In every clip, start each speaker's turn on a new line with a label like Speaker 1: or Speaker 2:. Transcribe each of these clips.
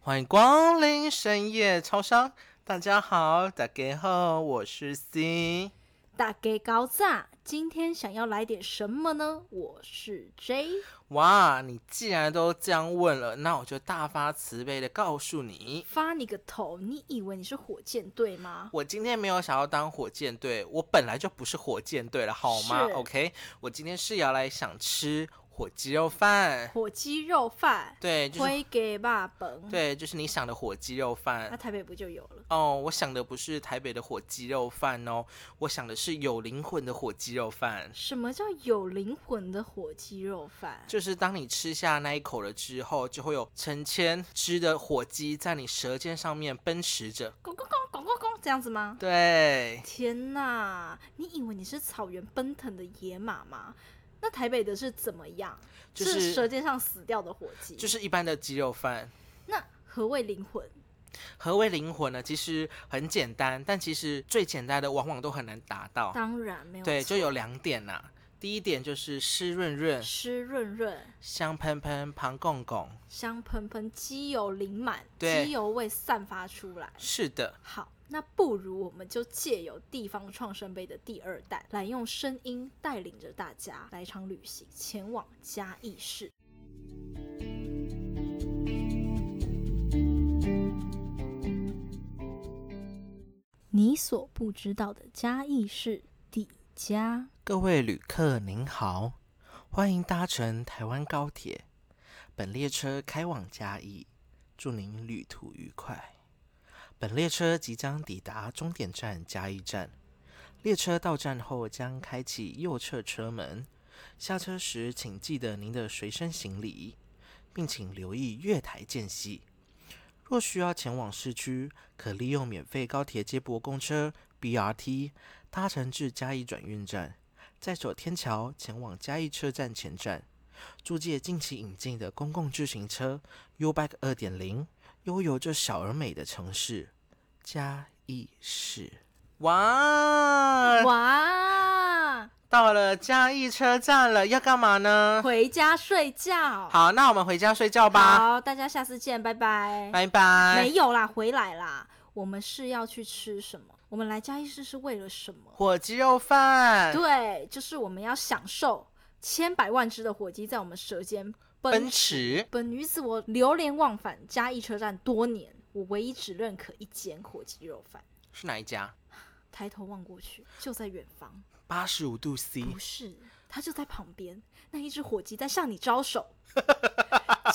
Speaker 1: 欢迎光临深夜超商。大家好，大家好，我是 C。
Speaker 2: 大给高炸，今天想要来点什么呢？我是 J，
Speaker 1: 哇，你既然都这样问了，那我就大发慈悲的告诉你，
Speaker 2: 发你个头！你以为你是火箭队吗？
Speaker 1: 我今天没有想要当火箭队，我本来就不是火箭队了，好吗
Speaker 2: 是
Speaker 1: ？OK，我今天是要来想吃火鸡肉饭，
Speaker 2: 火鸡肉饭，
Speaker 1: 对，就是
Speaker 2: 推给爸本，
Speaker 1: 对，就是你想的火鸡肉饭
Speaker 2: 那。台北不就有了？
Speaker 1: 哦，我想的不是台北的火鸡肉饭哦，我想的是有灵魂的火鸡肉饭。
Speaker 2: 什么叫有灵魂的火鸡肉饭？
Speaker 1: 就是当你吃下那一口了之后，就会有成千只的火鸡在你舌尖上面奔驰着。
Speaker 2: 咣咣咣咣咣咣，这样子吗？
Speaker 1: 对，
Speaker 2: 天哪！你以为你是草原奔腾的野马吗？那台北的是怎么样？
Speaker 1: 就是是
Speaker 2: 舌尖上死掉的火鸡。
Speaker 1: 就是一般的鸡肉饭。
Speaker 2: 那何谓灵魂？
Speaker 1: 何谓灵魂呢？其实很简单，但其实最简单的往往都很难达到。
Speaker 2: 当然没有
Speaker 1: 对，
Speaker 2: 错
Speaker 1: 就有两点呐、第一点就是湿润润、
Speaker 2: 湿润润、
Speaker 1: 香喷喷、胖拱拱。
Speaker 2: 香喷喷、机油淋满，
Speaker 1: 对
Speaker 2: 机油味散发出来。
Speaker 1: 是的，
Speaker 2: 好，那不如我们就借由地方创生杯的第二弹，来用声音带领着大家来一场旅行，前往嘉义市。你所不知道的嘉义市底嘉。
Speaker 1: 各位旅客您好，欢迎搭乘台湾高铁，本列车开往嘉义，祝您旅途愉快。本列车即将抵达终点站嘉义站，列车到站后将开启右侧车门，下车时请记得您的随身行李，并请留意月台间隙。若需要前往市区，可利用免费高铁接驳公车 BRT 搭乘至嘉义转运站，再走天桥前往嘉义车站前站。租借近期引进的公共自行车 U Bike 二点零，悠游这小而美的城市嘉义市。哇，
Speaker 2: 哇，
Speaker 1: 到了嘉义车站了，要干嘛呢？
Speaker 2: 回家睡觉。
Speaker 1: 好，那我们回家睡觉吧，
Speaker 2: 好，大家下次见，拜拜。
Speaker 1: 拜拜
Speaker 2: 没。有啦，回来啦。我们是要去吃什么？我们来嘉义市是为了什么？
Speaker 1: 火鸡肉饭，
Speaker 2: 对，就是我们要享受千百万只的火鸡在我们舌尖奔
Speaker 1: 奔。驰。
Speaker 2: 本女子我流连忘返嘉义车站多年，我唯一只认可一间火鸡肉饭。
Speaker 1: 是哪一家？
Speaker 2: 抬头望过去，就在远方，
Speaker 1: 八十五度 C，
Speaker 2: 不是，它就在旁边。那一只火鸡在向你招手，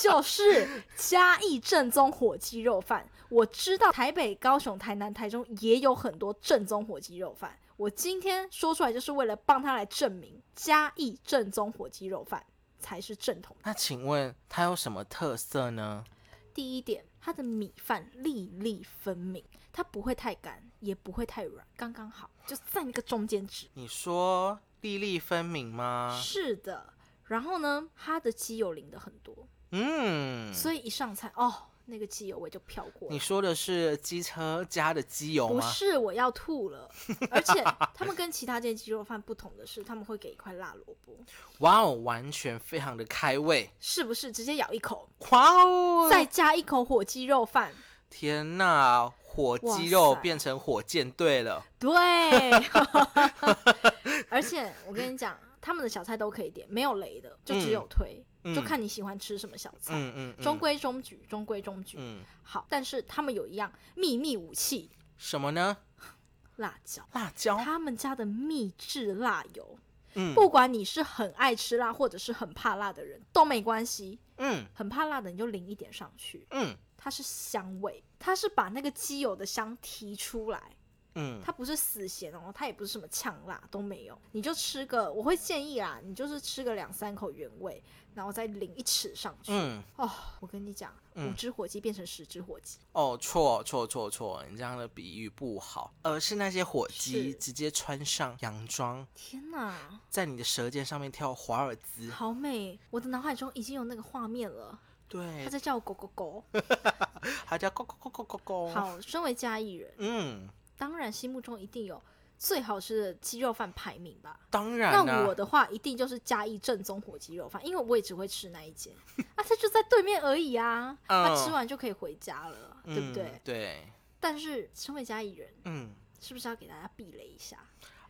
Speaker 2: 就是嘉义正宗火鸡肉饭。我知道台北、高雄、台南、台中也有很多正宗火鸡肉饭。我今天说出来，就是为了帮他来证明嘉义正宗火鸡肉饭才是正统的。
Speaker 1: 那请问它有什么特色呢？
Speaker 2: 第一点，它的米饭粒粒分明，它不会太干，也不会太软，刚刚好，就在那个中间值。
Speaker 1: 你说粒粒分明吗？
Speaker 2: 是的，然后呢，它的鸡油淋的很多，
Speaker 1: 嗯，
Speaker 2: 所以一上菜哦，那个鸡油味就飘过
Speaker 1: 你
Speaker 2: 来。
Speaker 1: 说的是机车加的机油
Speaker 2: 不
Speaker 1: 吗？
Speaker 2: 是，我要吐了。 而且他们跟其他间鸡肉饭不同的是，他们会给一块辣萝卜，
Speaker 1: 哇哦，完全非常的开胃！
Speaker 2: 是不是？直接咬一口，
Speaker 1: 哇哦，
Speaker 2: 再加一口火鸡肉饭。
Speaker 1: 天哪，火
Speaker 2: 哇
Speaker 1: 鸡肉
Speaker 2: 塞
Speaker 1: 变成火箭队了，
Speaker 2: 对， 而且我跟你讲，他们的小菜都可以点，没有雷的，就只有推，
Speaker 1: 嗯
Speaker 2: 就看你喜欢吃什么小菜。
Speaker 1: 嗯嗯，嗯
Speaker 2: 中规中矩，中规中矩。
Speaker 1: 嗯
Speaker 2: 好，但是他们有一样秘密武器
Speaker 1: 什么呢？
Speaker 2: ——辣椒。
Speaker 1: 辣椒，
Speaker 2: 他们家的秘制辣油，
Speaker 1: 嗯
Speaker 2: 不管你是很爱吃辣或者是很怕辣的人都没关系。
Speaker 1: 嗯
Speaker 2: 很怕辣的你就淋一点上去，
Speaker 1: 嗯
Speaker 2: 它是香味，它是把那个鸡油的香提出来，
Speaker 1: 嗯，
Speaker 2: 它不是死咸哦，它也不是什么呛辣都没有，你就吃个，我会建议啊啦，你就是吃个两三口原味，然后再淋一匙上去。
Speaker 1: 嗯
Speaker 2: 哦，我跟你讲，
Speaker 1: 嗯
Speaker 2: 五只火鸡变成十只火鸡，
Speaker 1: 哦，错错错错，你这样的比喻不好，而是那些火鸡
Speaker 2: 是
Speaker 1: 直接穿上洋装，
Speaker 2: 天哪，
Speaker 1: 在你的舌尖上面跳华尔 兹，
Speaker 2: 好美！我的脑海中已经有那个画面了，
Speaker 1: 对
Speaker 2: 它，在叫我狗狗狗。
Speaker 1: 还叫咕咕咕咕咕咕，
Speaker 2: 好，身为嘉义人，
Speaker 1: 嗯。
Speaker 2: 当然心目中一定有最好吃的鸡肉饭排名吧。
Speaker 1: 当然啊啦、
Speaker 2: 那我的话一定就是嘉义正宗火鸡肉饭，因为我也只会吃那 一间啊，它就在对面而已啊，
Speaker 1: 嗯
Speaker 2: 啊吃完就可以回家了，对不对
Speaker 1: 嗯？？对，
Speaker 2: 但是身为嘉义人，
Speaker 1: 嗯，
Speaker 2: 是不是要给大家避雷一下？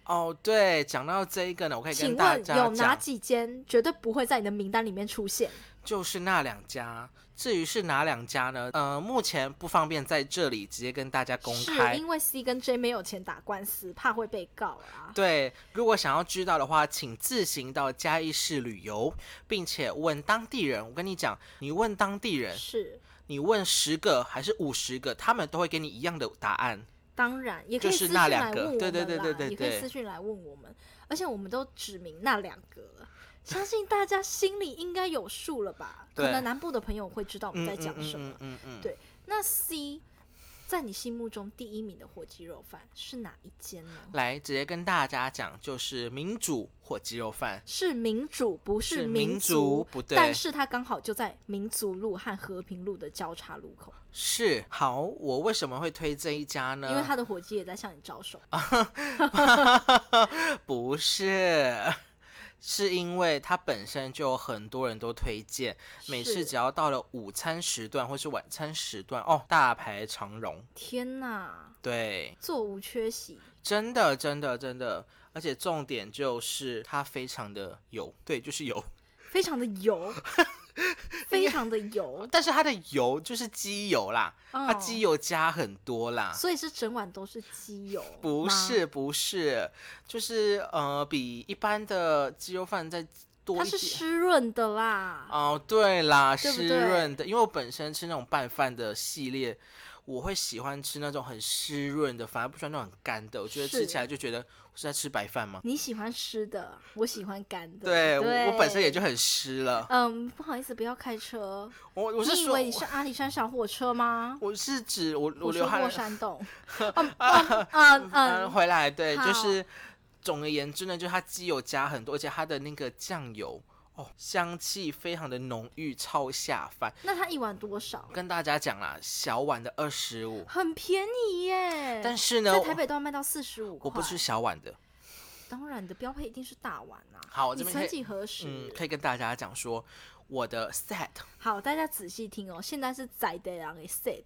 Speaker 1: 哦，对，讲到这一个呢，我可以哎跟
Speaker 2: 请
Speaker 1: 大
Speaker 2: 问
Speaker 1: 家
Speaker 2: 有哪
Speaker 1: 讲，
Speaker 2: 几间绝对不会在你的名单里面出现？
Speaker 1: 就是那两家。至于是哪两家呢？呃，目前不方便在这里直接跟大家公
Speaker 2: 是
Speaker 1: 开。
Speaker 2: 因为 C 跟 J 没有钱打官司，怕会被告啊。
Speaker 1: 对，如果想要知道的话，请自行到嘉义市旅游，并且问当地人。我跟你讲，你问当地人，
Speaker 2: 是，
Speaker 1: 你问十个还是五十个，他们都会给你一样的答案。
Speaker 2: 当然也可
Speaker 1: 就
Speaker 2: 以私
Speaker 1: 是
Speaker 2: 讯
Speaker 1: 那
Speaker 2: 来
Speaker 1: 两个
Speaker 2: 问我们啦，
Speaker 1: 对对对对对
Speaker 2: 也可以
Speaker 1: 对
Speaker 2: 私讯来问我们，而且我们都指明那两个了。相信大家心里应该有数了吧？可
Speaker 1: 对
Speaker 2: 能南部的朋友会知道我
Speaker 1: 嗯
Speaker 2: 们在讲什么
Speaker 1: 嗯。嗯嗯嗯
Speaker 2: 对那 C，在你心目中第一名的火鸡肉饭是哪一间呢？
Speaker 1: 来直接跟大家讲，就是民主火鸡肉饭。
Speaker 2: 是民主，不
Speaker 1: 是民
Speaker 2: 民
Speaker 1: 族不对
Speaker 2: 但是它刚好就在民族路和和平路的交叉路口，
Speaker 1: 是好，我为什么会推这一家呢？
Speaker 2: 因为它的火鸡也在向你招手。
Speaker 1: 啊不是，是因为它本身就有很多人都推荐，每次
Speaker 2: 是
Speaker 1: 只要到了午餐时段或是晚餐时段，哦，大排长龙。
Speaker 2: 天哪，
Speaker 1: 对，
Speaker 2: 座无缺席。
Speaker 1: 真的，真的，真的，而且重点就是它非常的油，对，就是油，
Speaker 2: 非常的油，非常的油，
Speaker 1: 但是它的油就是鸡油啦，它
Speaker 2: 啊
Speaker 1: 鸡油加很多啦。
Speaker 2: 所以是整碗都是鸡油，
Speaker 1: 不，是不是，就是呃，比一般的鸡肉饭再多
Speaker 2: 它
Speaker 1: 一
Speaker 2: 是
Speaker 1: 点。
Speaker 2: 湿润的啦。
Speaker 1: 哦，对啦，
Speaker 2: 对不
Speaker 1: 湿
Speaker 2: 对
Speaker 1: 润的，因为我本身吃那种拌饭的系列，我会喜欢吃那种很湿润的，反而不喜欢那种很干的。我觉得吃
Speaker 2: 是
Speaker 1: 起来就觉得我是在吃白饭吗？
Speaker 2: 你喜欢湿的，我喜欢干的。
Speaker 1: 对我我本身也就
Speaker 2: 很……
Speaker 1: 很湿了。
Speaker 2: 嗯，不好意思，不要开车。
Speaker 1: 我我是
Speaker 2: 你以
Speaker 1: 说
Speaker 2: 为，你是阿里山小火车吗？
Speaker 1: 我是指我我
Speaker 2: 我
Speaker 1: 流
Speaker 2: 说
Speaker 1: 汗
Speaker 2: 过山洞。 嗯嗯嗯
Speaker 1: 嗯
Speaker 2: 嗯，
Speaker 1: 回来，对，就
Speaker 2: 好
Speaker 1: 是总而言之呢，就是它鸡油加很多，而且它的那个酱油哦，香气非常的浓郁，超下饭。
Speaker 2: 那它一碗多少？
Speaker 1: 跟大家讲啦，小碗的二十五，
Speaker 2: 很便宜耶，
Speaker 1: 但
Speaker 2: 是
Speaker 1: 是呢，
Speaker 2: 在
Speaker 1: 我
Speaker 2: 台北都要卖到四十五块。
Speaker 1: 我不吃，小碗的。
Speaker 2: 当然你的标配一定是大碗啊。
Speaker 1: 好，我这
Speaker 2: 你
Speaker 1: 边可
Speaker 2: 曾
Speaker 1: 以，
Speaker 2: 几何时？
Speaker 1: 嗯，可以跟大家讲说，我的 set，
Speaker 2: 好，大家仔细听哦，现在是宰的人给 set，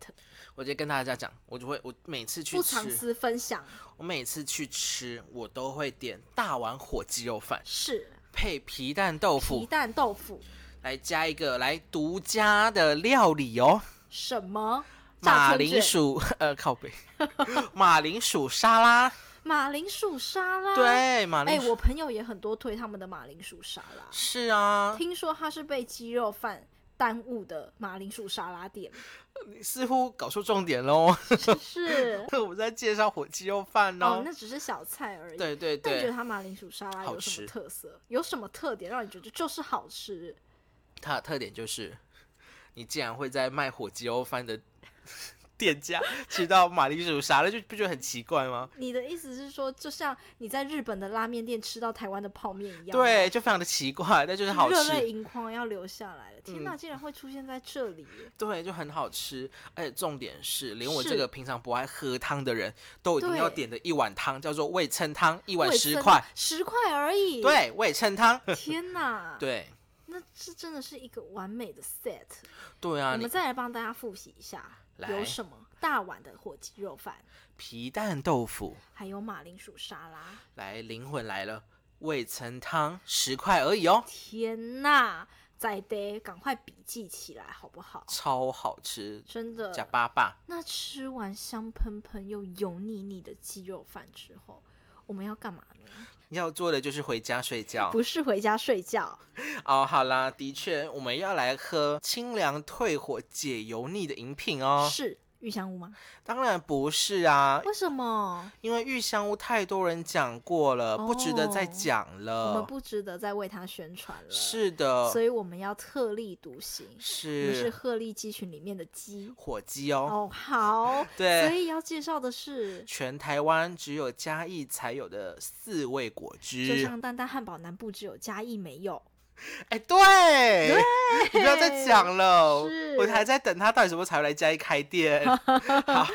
Speaker 1: 我直接跟大家讲，我就会，我每次去
Speaker 2: 不藏
Speaker 1: 吃，
Speaker 2: 私分享
Speaker 1: 我每次去吃，我都会点大碗火鸡肉饭，
Speaker 2: 是
Speaker 1: 配皮蛋豆
Speaker 2: 皮
Speaker 1: 腐，
Speaker 2: 蛋豆腐，
Speaker 1: 来加一个来独家的料理哦，
Speaker 2: 什么炸
Speaker 1: 马
Speaker 2: 春
Speaker 1: 铃
Speaker 2: 卷、
Speaker 1: 薯， 呃，靠背，马铃薯沙拉，
Speaker 2: 马铃薯沙拉。，
Speaker 1: 对，马
Speaker 2: 哎、
Speaker 1: 铃薯，
Speaker 2: 我朋友也很多推他们的马铃薯沙拉，
Speaker 1: 是啊，
Speaker 2: 听说它是被鸡肉饭耽误的马铃薯沙拉 店，
Speaker 1: 你似乎搞错重点 喽，
Speaker 2: 是不是？
Speaker 1: 我在介绍火鸡肉饭
Speaker 2: 哦
Speaker 1: 哦，，
Speaker 2: 那只是小菜而已。
Speaker 1: 对对
Speaker 2: 那你觉得
Speaker 1: 对，
Speaker 2: 它马铃薯沙拉
Speaker 1: 好
Speaker 2: 有什
Speaker 1: 吃
Speaker 2: 么特色？有什么特点让你觉得就是好吃？
Speaker 1: 它的特点就是，你竟然会在卖火鸡肉饭的店 家吃到马铃薯沙拉，就不觉得很奇怪吗？
Speaker 2: 你的意思是说，就像你在日本的拉面店吃到台湾的泡面一样，
Speaker 1: 对，，就非常的奇怪，但就是好嗯
Speaker 2: 热泪
Speaker 1: 吃，
Speaker 2: 盈眶要流下来了。天哪，竟然会出现在这里耶！
Speaker 1: 对，就很好吃。而且重点是，连我这
Speaker 2: 是
Speaker 1: 个平常不爱喝汤的人都已经要
Speaker 2: 对
Speaker 1: 点的一碗汤，叫做味噌汤，一碗
Speaker 2: 味
Speaker 1: 十
Speaker 2: 噌
Speaker 1: 块，，
Speaker 2: 十块而已。，
Speaker 1: 对，味噌汤，
Speaker 2: 天哪，，
Speaker 1: 对，
Speaker 2: 那这真的是一个完美的 set。
Speaker 1: 对啊，
Speaker 2: 我
Speaker 1: 你
Speaker 2: 们再来帮大家复习一下，
Speaker 1: 来
Speaker 2: 有什么大碗的火鸡肉饭，
Speaker 1: 皮蛋豆腐，
Speaker 2: 还有马铃薯沙拉。
Speaker 1: 来，灵魂来了，味噌汤十块而已哦，
Speaker 2: 天哪，在得赶快笔记起来好不好？
Speaker 1: 超好吃，
Speaker 2: 真的，
Speaker 1: 加八爸。
Speaker 2: 那吃完香喷喷又油腻腻的鸡肉饭之后，我们要干嘛呢？
Speaker 1: 要做的就是回家睡觉
Speaker 2: 不是回家睡觉，
Speaker 1: 哦。好啦，的确，我们要来喝清凉退火解油腻的饮品哦。
Speaker 2: 是玉香屋吗？
Speaker 1: 当然不是啊，
Speaker 2: 为什么、
Speaker 1: 因为玉香屋太多人讲过了，不值得再
Speaker 2: 哦
Speaker 1: 讲
Speaker 2: 我们
Speaker 1: 了。
Speaker 2: 不值得再为它宣传了？，
Speaker 1: 呃是的
Speaker 2: 所，以我们要特立独行。我们是
Speaker 1: 是
Speaker 2: 鹤立鸡群里面的鸡。
Speaker 1: 火鸡哦。哎
Speaker 2: 哦，好，
Speaker 1: 对
Speaker 2: 所以要介绍的是，
Speaker 1: 全台湾只有嘉义才有的四味果
Speaker 2: 就
Speaker 1: 汁，
Speaker 2: 像丹丹汉堡南部只有嘉义没有，
Speaker 1: 哎、对，你不要再讲了
Speaker 2: 是，
Speaker 1: 我还在等他到底什么时候才会来嘉义开 店。好，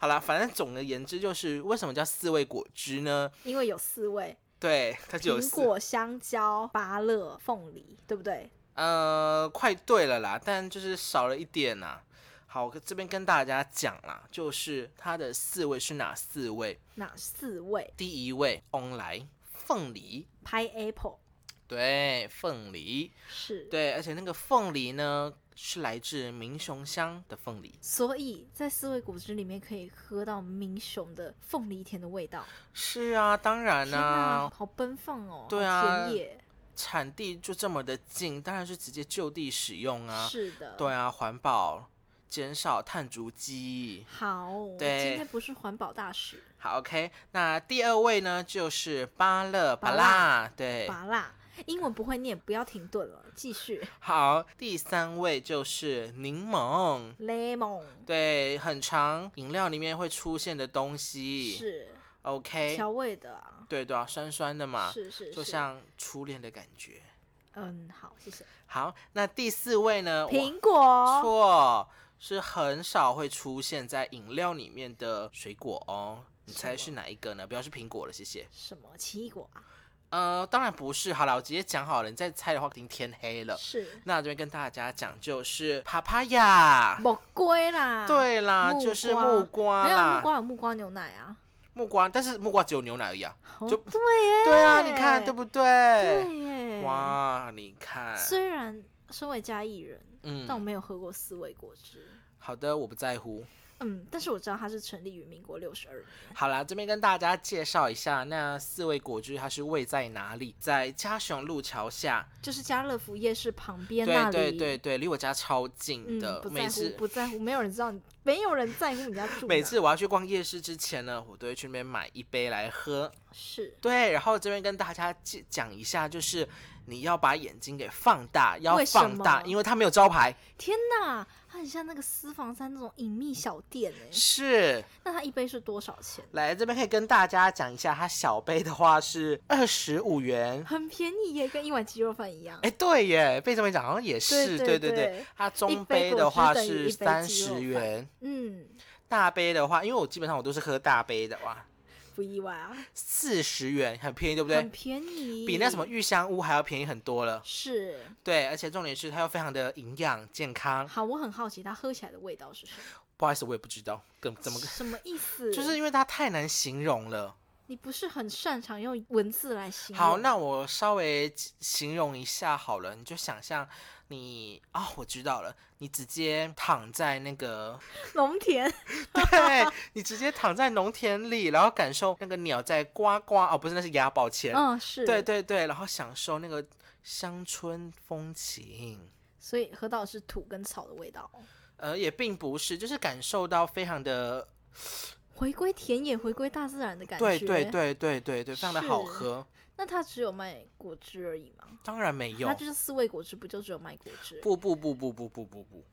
Speaker 1: 好啦，反正总而言之就是，为什么叫四味果汁呢？
Speaker 2: 因为有四味：
Speaker 1: 对，它就有
Speaker 2: 苹
Speaker 1: 四
Speaker 2: 果、香蕉、芭乐、凤梨，对不对？
Speaker 1: 呃，快对了啦，但就是少了一点呐、好，这边跟大家讲啦，就是它的四位是哪四位？
Speaker 2: 哪四味
Speaker 1: 第一位翁来凤梨，
Speaker 2: ？Pineapple
Speaker 1: 对，凤梨，
Speaker 2: 是。
Speaker 1: 对，而且那个凤梨呢是来自明雄乡的凤梨，
Speaker 2: 所以在四味果汁里面可以喝到明雄的凤梨甜的味道，
Speaker 1: 是啊，当然
Speaker 2: 天
Speaker 1: 啦、
Speaker 2: 哪，好奔放哦！
Speaker 1: 对
Speaker 2: 好
Speaker 1: 啊
Speaker 2: 田野、
Speaker 1: 产地就这么的近，当然是直接就地使用啊，
Speaker 2: 是的，
Speaker 1: 对啊，环保，减少碳足迹，
Speaker 2: 好，我
Speaker 1: 对
Speaker 2: 今天不是环保大使，
Speaker 1: 好，OK。那第二位呢，就是巴勒巴
Speaker 2: 巴
Speaker 1: 拉，对。
Speaker 2: 拔辣，英文不会念，不要停顿了，继 续。
Speaker 1: 好，第三位就是柠檬，
Speaker 2: Lemon
Speaker 1: 对，很长饮料里面会出现的东西。
Speaker 2: 是
Speaker 1: OK，
Speaker 2: 调味的啊，
Speaker 1: 对哎对啊，酸酸的嘛，
Speaker 2: 是是
Speaker 1: 就是像初恋的感觉。
Speaker 2: 嗯，好，谢谢。
Speaker 1: 好，那第四位呢？
Speaker 2: 苹果
Speaker 1: 错，是很少会出现在饮料里面的水果哦。你
Speaker 2: 什
Speaker 1: 猜
Speaker 2: 么
Speaker 1: 是哪一个呢？不要是苹果了，谢谢。
Speaker 2: 什么奇异果啊？
Speaker 1: 呃，当然不是。好了，我直接讲好了，你再猜的话，已经天黑了。
Speaker 2: 是
Speaker 1: 那这边跟大家讲，就是帕帕亚。
Speaker 2: 木瓜啦，，
Speaker 1: 啊对啦，就是木瓜
Speaker 2: 没有
Speaker 1: 啦，
Speaker 2: 木瓜有木瓜牛奶啊，
Speaker 1: 木瓜但是木瓜只有牛奶而已啊。
Speaker 2: 哦
Speaker 1: 就
Speaker 2: 对耶，
Speaker 1: 对啊，你看对不对？
Speaker 2: 对耶，！
Speaker 1: 哇，你看，
Speaker 2: 虽然身为嘉义人，但我
Speaker 1: 嗯，
Speaker 2: 没有喝过四味果汁，
Speaker 1: 好的，我不在乎。
Speaker 2: 嗯，但是我知道它是成立于民国六十二年，
Speaker 1: 好啦，这边跟大家介绍一下，那四味果汁它是位在哪里？在嘉雄路桥下，
Speaker 2: 就是家乐福夜市旁边那
Speaker 1: 对
Speaker 2: 里，
Speaker 1: 对对对，离我家超近
Speaker 2: 嗯，
Speaker 1: 的。
Speaker 2: 不
Speaker 1: 每
Speaker 2: 在乎，
Speaker 1: 次
Speaker 2: 不在乎，没有人知道你，没有人在乎你家住哪。
Speaker 1: 每次我要去逛夜市之前呢，我都会去那边买一杯来喝。
Speaker 2: 是
Speaker 1: 对，然后这边跟大家介讲一下，就是你要把眼睛给放大，要
Speaker 2: 为什
Speaker 1: 放大，
Speaker 2: 么
Speaker 1: 因为它没有招牌。
Speaker 2: 天哪，它很像那个私房餐那种隐秘小店哎、
Speaker 1: 是，
Speaker 2: 那它一杯是多少钱？
Speaker 1: 来这边可以跟大家讲一下，它小杯的话是二十五元。
Speaker 2: 很便宜耶，跟一碗鸡肉饭一样。
Speaker 1: 哎，对耶，被这么一讲好像也是，
Speaker 2: 对
Speaker 1: 对
Speaker 2: 对对
Speaker 1: 它中
Speaker 2: 一杯果
Speaker 1: 的
Speaker 2: 汁
Speaker 1: 话
Speaker 2: 等于
Speaker 1: 是
Speaker 2: 一杯
Speaker 1: 三
Speaker 2: 鸡肉
Speaker 1: 十
Speaker 2: 饭
Speaker 1: 元，
Speaker 2: 嗯，
Speaker 1: 大杯的话，因为我基本上我都是喝大杯的哇，
Speaker 2: 不意外啊，
Speaker 1: 四十元很便宜，对不
Speaker 2: 很
Speaker 1: 对？
Speaker 2: 便宜，
Speaker 1: 比那什么玉香屋还要便宜很多了。
Speaker 2: 是
Speaker 1: 对，而且重点是它又非常的营养健康。
Speaker 2: 好，我很好奇它喝起来的味道是什么？
Speaker 1: 不好意思，我也不知道跟怎么个。
Speaker 2: 什么意思？
Speaker 1: 就是因为它太难形容了。
Speaker 2: 你不是很擅长用文字来形容。
Speaker 1: 好，那我稍微形容一下好了，你就想象你啊、我知道了，你直接躺在那个，
Speaker 2: 农田
Speaker 1: 对你直接躺在农田里，然后感受那个鸟在呱呱，哦，不是，那是鸭，抱歉，
Speaker 2: 嗯是
Speaker 1: 对，对对，然后享受那个乡村风情。
Speaker 2: 所以喝到的是土跟草的味道，哦
Speaker 1: 呃，也并不是，就是感受到非常的，
Speaker 2: 回归田野，回归大自然的感觉。
Speaker 1: 对对。对对对对，非常的好
Speaker 2: 是
Speaker 1: 喝。
Speaker 2: 那它只有卖果汁而已吗？
Speaker 1: 当然没有
Speaker 2: 它，就是四味果汁，不就只有卖果汁？
Speaker 1: 不不不不不不不不，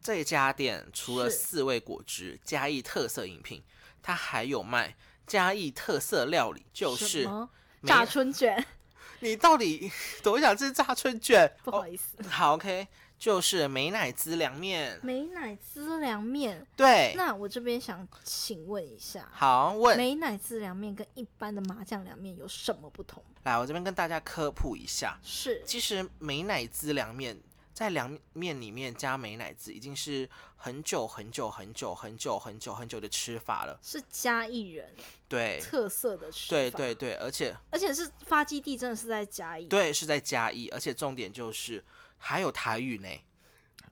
Speaker 1: 这家店除了
Speaker 2: 是
Speaker 1: 四味果汁、嘉义特色饮品，它还有卖嘉义特色料理，就
Speaker 2: 什
Speaker 1: 是
Speaker 2: 么
Speaker 1: 没
Speaker 2: 炸春卷，
Speaker 1: 你到底 多想吃炸春卷？
Speaker 2: 不好意思，
Speaker 1: 哦好 OK，就是美乃滋凉面。
Speaker 2: 美乃滋凉面。
Speaker 1: 对，
Speaker 2: 那我这边想请问一下，
Speaker 1: 哎好问
Speaker 2: 美乃滋凉面跟一般的麻酱凉面有什么不同？
Speaker 1: 来，我这边跟大家科普一下，
Speaker 2: 是
Speaker 1: 其实美乃滋凉面。在凉面里面加美乃滋，已经是很久很久很久很久很久很久的吃法了。
Speaker 2: 是嘉义人
Speaker 1: 对，
Speaker 2: 特色的吃
Speaker 1: 对
Speaker 2: 法，
Speaker 1: 对对，而且
Speaker 2: 而且是发基地真的是在嘉义，
Speaker 1: 对，是在嘉义，而且重点就是还有台语呢。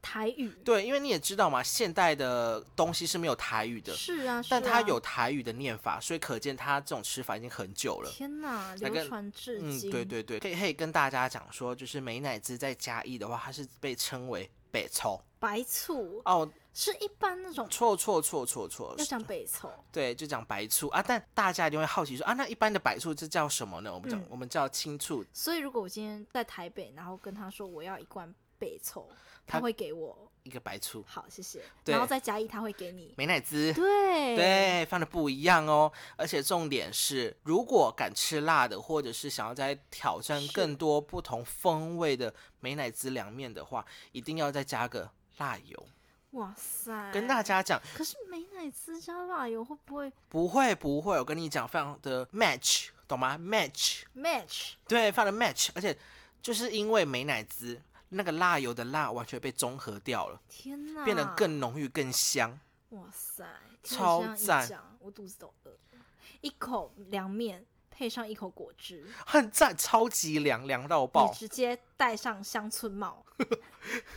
Speaker 2: 台语
Speaker 1: 对，因为你也知道嘛，现代的东西是没有台语的，
Speaker 2: 是啊，
Speaker 1: 但
Speaker 2: 是
Speaker 1: 它
Speaker 2: 啊
Speaker 1: 有台语的念法，所以可见它这种吃法已经很久了。
Speaker 2: 天哪，
Speaker 1: 那
Speaker 2: 流
Speaker 1: 跟
Speaker 2: 传至
Speaker 1: 嗯，
Speaker 2: 今，
Speaker 1: 对对对，可以可以跟大家讲说，就是美乃滋在嘉义的话，它是被称为北抽
Speaker 2: 白醋
Speaker 1: 哦，
Speaker 2: 是一般那种
Speaker 1: 错错错错错
Speaker 2: 要，讲北醋，
Speaker 1: 对，就讲白醋啊。但大家一定会好奇说啊，那一般的白醋这叫什么呢？我们讲、
Speaker 2: 嗯
Speaker 1: 我们叫青醋，
Speaker 2: 所以如果我今天在台北，然后跟他说我要一罐北抽，
Speaker 1: 他
Speaker 2: 他会给我
Speaker 1: 一个白醋，
Speaker 2: 好，谢谢。
Speaker 1: 对
Speaker 2: 然后再加一，他会给你。
Speaker 1: 美乃滋，
Speaker 2: 对
Speaker 1: 对，放的不一样哦。而且重点是，如果敢吃辣的，或者是想要再挑战
Speaker 2: 是
Speaker 1: 更多不同风味的美乃滋凉面的话，一定要再加个辣油。
Speaker 2: 哇塞！
Speaker 1: 跟大，家讲，
Speaker 2: 可是美乃滋加辣油会不会
Speaker 1: 不会不会，我跟你讲，非常的 match，懂吗？match，
Speaker 2: match？
Speaker 1: 对，非常的 match。而且就是因为美乃滋那个辣油的辣完全被中和掉了，
Speaker 2: 天哪，
Speaker 1: 变得更浓郁、更香。
Speaker 2: 哇塞！听你
Speaker 1: 超
Speaker 2: 这样一
Speaker 1: 赞
Speaker 2: 讲，我肚子都饿了。一口凉面配上一口果汁，
Speaker 1: 很赞，超级凉凉到
Speaker 2: 你
Speaker 1: 爆！
Speaker 2: 直接戴上乡村帽，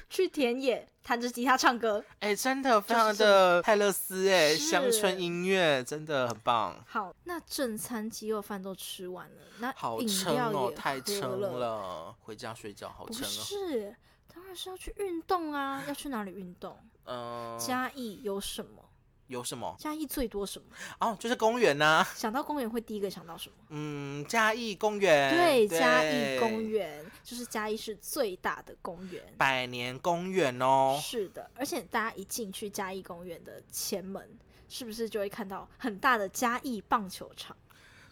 Speaker 2: 去田野弹着吉他唱歌。
Speaker 1: 哎、真的非
Speaker 2: 就是
Speaker 1: 常
Speaker 2: 这
Speaker 1: 的泰勒斯哎、
Speaker 2: 是
Speaker 1: 乡村音乐真的很棒，
Speaker 2: 好，那正餐鸡肉饭都吃完了，那
Speaker 1: 好
Speaker 2: 饮
Speaker 1: 撑
Speaker 2: 料
Speaker 1: 哦，
Speaker 2: 也
Speaker 1: 太
Speaker 2: 喝
Speaker 1: 撑
Speaker 2: 了。
Speaker 1: 了，回家睡觉好
Speaker 2: 不
Speaker 1: 撑哦。
Speaker 2: 是，当然是要去运 动啊！要去哪里运动？
Speaker 1: 嗯、
Speaker 2: 嘉义有什么？
Speaker 1: 有什么？
Speaker 2: 嘉义最多什么？
Speaker 1: 哦，就是公园呐、
Speaker 2: 想到公园会第一个想到什么？
Speaker 1: 嗯，嘉义公园，
Speaker 2: 对，嘉义公
Speaker 1: 对，
Speaker 2: 园就是嘉义市最大的公园。
Speaker 1: 百年公园哦，
Speaker 2: 是的，而且大家一进去嘉义公园的前门，是不是就会看到很大的嘉义棒球场？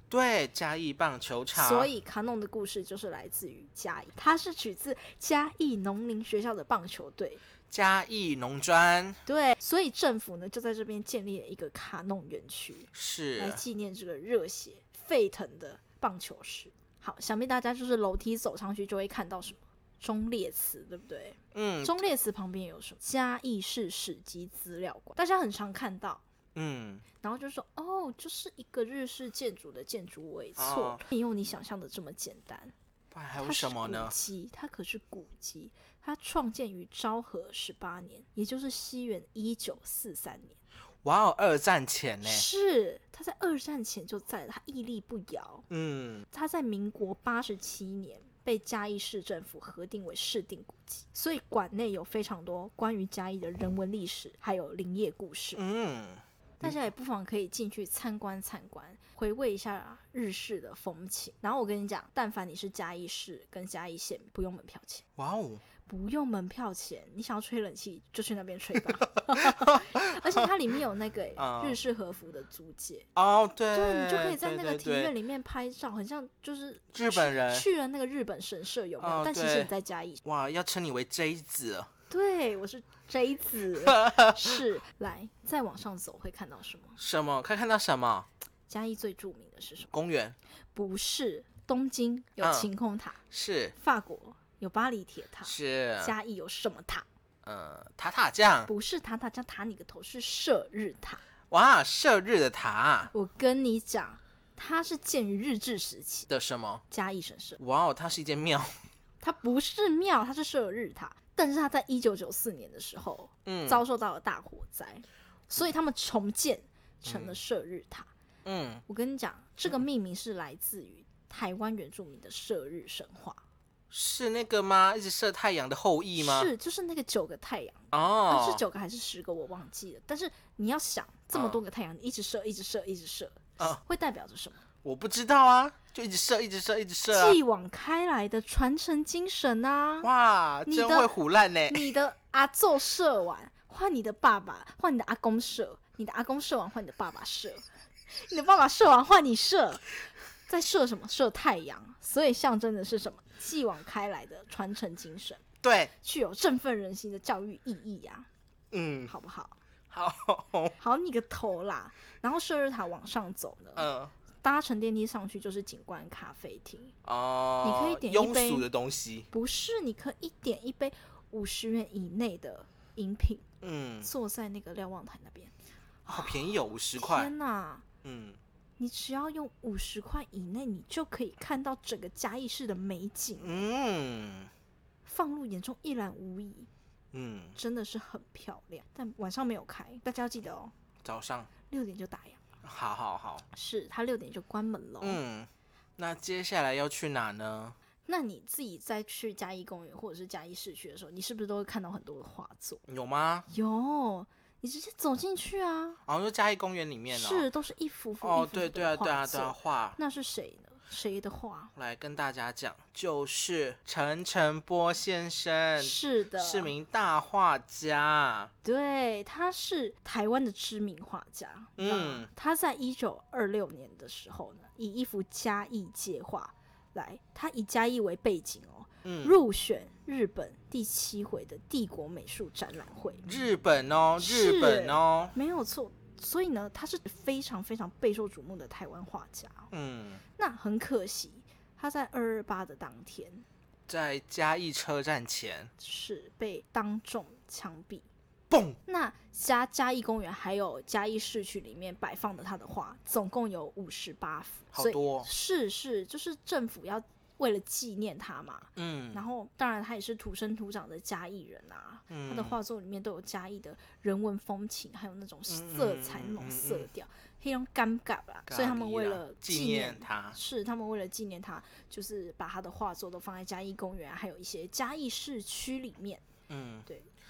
Speaker 1: 对，嘉义棒球场，
Speaker 2: 所以卡农的故事就是来自于嘉义，它是取自嘉义农林学校的棒球队。
Speaker 1: 嘉义农专
Speaker 2: 对，所以政府呢就在这边建立了一个卡农园区，来
Speaker 1: 是啊
Speaker 2: 纪念这个热血沸腾的棒球史。好，想必大家就是楼梯走上去就会看到什么忠烈祠，对不对？
Speaker 1: 嗯
Speaker 2: 忠烈祠旁边有什么？嘉义市史籍资料馆，大家很常看到。
Speaker 1: 嗯，
Speaker 2: 然后就说哦，就是一个日式建筑的建筑，没错，
Speaker 1: 哦
Speaker 2: 没有你想象的这么简单。
Speaker 1: 不然还
Speaker 2: 它
Speaker 1: 有
Speaker 2: 是
Speaker 1: 什么呢
Speaker 2: 古？迹，它可是古迹，它创建于昭和十八年，也就是西元一九四三年。
Speaker 1: 哇哦，二战前呢、
Speaker 2: 是，它在二战前就在了，它屹立不摇。
Speaker 1: 嗯，
Speaker 2: 它在民国八十七年被嘉义市政府核定为市定古迹，所以馆内有非常多关于嘉义的人文历史，还有林业故事。
Speaker 1: 嗯，
Speaker 2: 大家也不妨可以进去参观参观，回味一下日式的风情。然后我跟你讲，但凡你是嘉义市跟嘉义县，不用门票钱，
Speaker 1: 哇哦，
Speaker 2: 不用门票钱，你想要吹冷气就去那边 吹吧。 而且它里面有那个
Speaker 1: 啊
Speaker 2: 日式和服的租借，
Speaker 1: 哦，对，
Speaker 2: 对你就可以在那个
Speaker 1: 对
Speaker 2: 庭院
Speaker 1: 里，
Speaker 2: 里面拍照，很像就是
Speaker 1: 日本人
Speaker 2: 去去了那个日本神社有没有？
Speaker 1: 哦
Speaker 2: 但其实
Speaker 1: 对
Speaker 2: 你在嘉义。
Speaker 1: 哇，要称你为 J 子了
Speaker 2: 对，我是 J 子，是来再往上走会看到什么？
Speaker 1: 什么？看看到什么？
Speaker 2: 嘉义最著名的是什么？
Speaker 1: 公园
Speaker 2: 不是东京有
Speaker 1: 嗯
Speaker 2: 晴空塔，
Speaker 1: 是
Speaker 2: 法国有巴黎铁塔，
Speaker 1: 是，啊
Speaker 2: 嘉义有什么塔？
Speaker 1: 呃，塔塔酱，
Speaker 2: 不是塔塔叫塔你个头，是射日塔。
Speaker 1: 哇，射日的塔
Speaker 2: 我跟你讲，它是建于日治时期
Speaker 1: 的什么？
Speaker 2: 嘉义神社，
Speaker 1: 哇哦，它是一间庙，
Speaker 2: 它不是庙，它是射日塔。但是它在一九九四年的时候
Speaker 1: 嗯
Speaker 2: 遭受到了大火灾，所以他们重建成了射日塔。
Speaker 1: 嗯，
Speaker 2: 我跟你讲，这个命名是来自于台湾原住民的射日神话，
Speaker 1: 是那个吗？一直射太阳的后裔吗？
Speaker 2: 是就是那个九个太阳。啊，
Speaker 1: 哦，
Speaker 2: 是九个还是十个，我忘记了。但是你要想，这么
Speaker 1: 嗯
Speaker 2: 多个太阳，你一直射，一直射，一直射，
Speaker 1: 嗯
Speaker 2: 会代表着什么？
Speaker 1: 我不知道啊，就一直射，一直射，一直射啊，
Speaker 2: 继往开来的传承精神啊！
Speaker 1: 哇，
Speaker 2: 你
Speaker 1: 真
Speaker 2: 的
Speaker 1: 会胡烂呢，
Speaker 2: 你的阿奏射完，换你的爸爸，换你的阿公射，你的阿公射完，换你的爸爸射，你的爸爸射完，换你射，在射什么？射太阳，所以象征的是什么？继往开来的传承精神，
Speaker 1: 对，
Speaker 2: 具有振奋人心的教育意义呀、
Speaker 1: 嗯，
Speaker 2: 好不好？
Speaker 1: 好，
Speaker 2: 好你个头啦！然后射日塔往上走呢，
Speaker 1: 嗯。
Speaker 2: 搭乘电梯上去就是景观咖啡厅，
Speaker 1: 哦，
Speaker 2: 你可以点一
Speaker 1: 庸
Speaker 2: 杯
Speaker 1: 俗的东西，
Speaker 2: 不是你可以点一杯五十元以内的饮品，
Speaker 1: 嗯，
Speaker 2: 坐在那个瞭望台那边。
Speaker 1: 好便宜哦，五十块
Speaker 2: 天，哪！
Speaker 1: 嗯，
Speaker 2: 你只要用五十块以内，你就可以看到整个嘉义市的美景，
Speaker 1: 嗯
Speaker 2: 放入眼中一览无遗，
Speaker 1: 嗯，
Speaker 2: 真的是很漂亮。但晚上没有开，大家要记得哦，
Speaker 1: 早上，
Speaker 2: 六点就打烊，
Speaker 1: 好好好，
Speaker 2: 是它六点就关门了。哦
Speaker 1: 嗯，那接下来要去哪呢？
Speaker 2: 那你自己再去嘉义公园或者是嘉义市区的时候，你是不是都会看到很多的画作？
Speaker 1: 有吗？
Speaker 2: 有，你直接走进去啊，
Speaker 1: 好像就嘉义公园里面哦。
Speaker 2: 是都是一幅幅
Speaker 1: 哦
Speaker 2: 一，幅
Speaker 1: 对
Speaker 2: 幅
Speaker 1: 对
Speaker 2: 的
Speaker 1: 啊，对啊，对
Speaker 2: 画
Speaker 1: 啊，
Speaker 2: 作
Speaker 1: 画
Speaker 2: 那是谁呢？谁的话？
Speaker 1: 来跟大家讲，就是陈澄波先生
Speaker 2: 是的，
Speaker 1: 是名大画家。
Speaker 2: 对，他是台湾的知名画家。
Speaker 1: 嗯
Speaker 2: 那他在一九二六年的时候呢，以一幅《嘉义界画》来，他以嘉义为背景哦，
Speaker 1: 嗯，
Speaker 2: 入选日本第七回的帝国美术展览会，
Speaker 1: 日本哦，
Speaker 2: 是
Speaker 1: 日本哦，
Speaker 2: 没有错。所以呢，他是非常非常备受瞩目的台湾画家哦。
Speaker 1: 嗯，
Speaker 2: 那很可惜，他在二二八的当天
Speaker 1: 在嘉义车站前，
Speaker 2: 是被当众枪毙。
Speaker 1: 嘣，
Speaker 2: 那嘉嘉义公园还有嘉义市区里面摆放的他的画，总共有五十八幅，
Speaker 1: 好
Speaker 2: 所以
Speaker 1: 多哦，
Speaker 2: 是是，就是政府要为了纪念他嘛。
Speaker 1: 嗯，
Speaker 2: 然后当然他也是土生土长的嘉义人啊，他
Speaker 1: 他
Speaker 2: 的画作里面都有嘉义的人文风情，还有那种色彩、
Speaker 1: 嗯嗯嗯
Speaker 2: 那种
Speaker 1: 嗯
Speaker 2: 色
Speaker 1: 嗯
Speaker 2: 调，黑用尴尬啦。所以他们为了
Speaker 1: 纪
Speaker 2: 念
Speaker 1: 念他，
Speaker 2: 是他们为了纪念他，就是把他的画作都放在嘉义公园，啊还有一些嘉义市区里面。
Speaker 1: 嗯，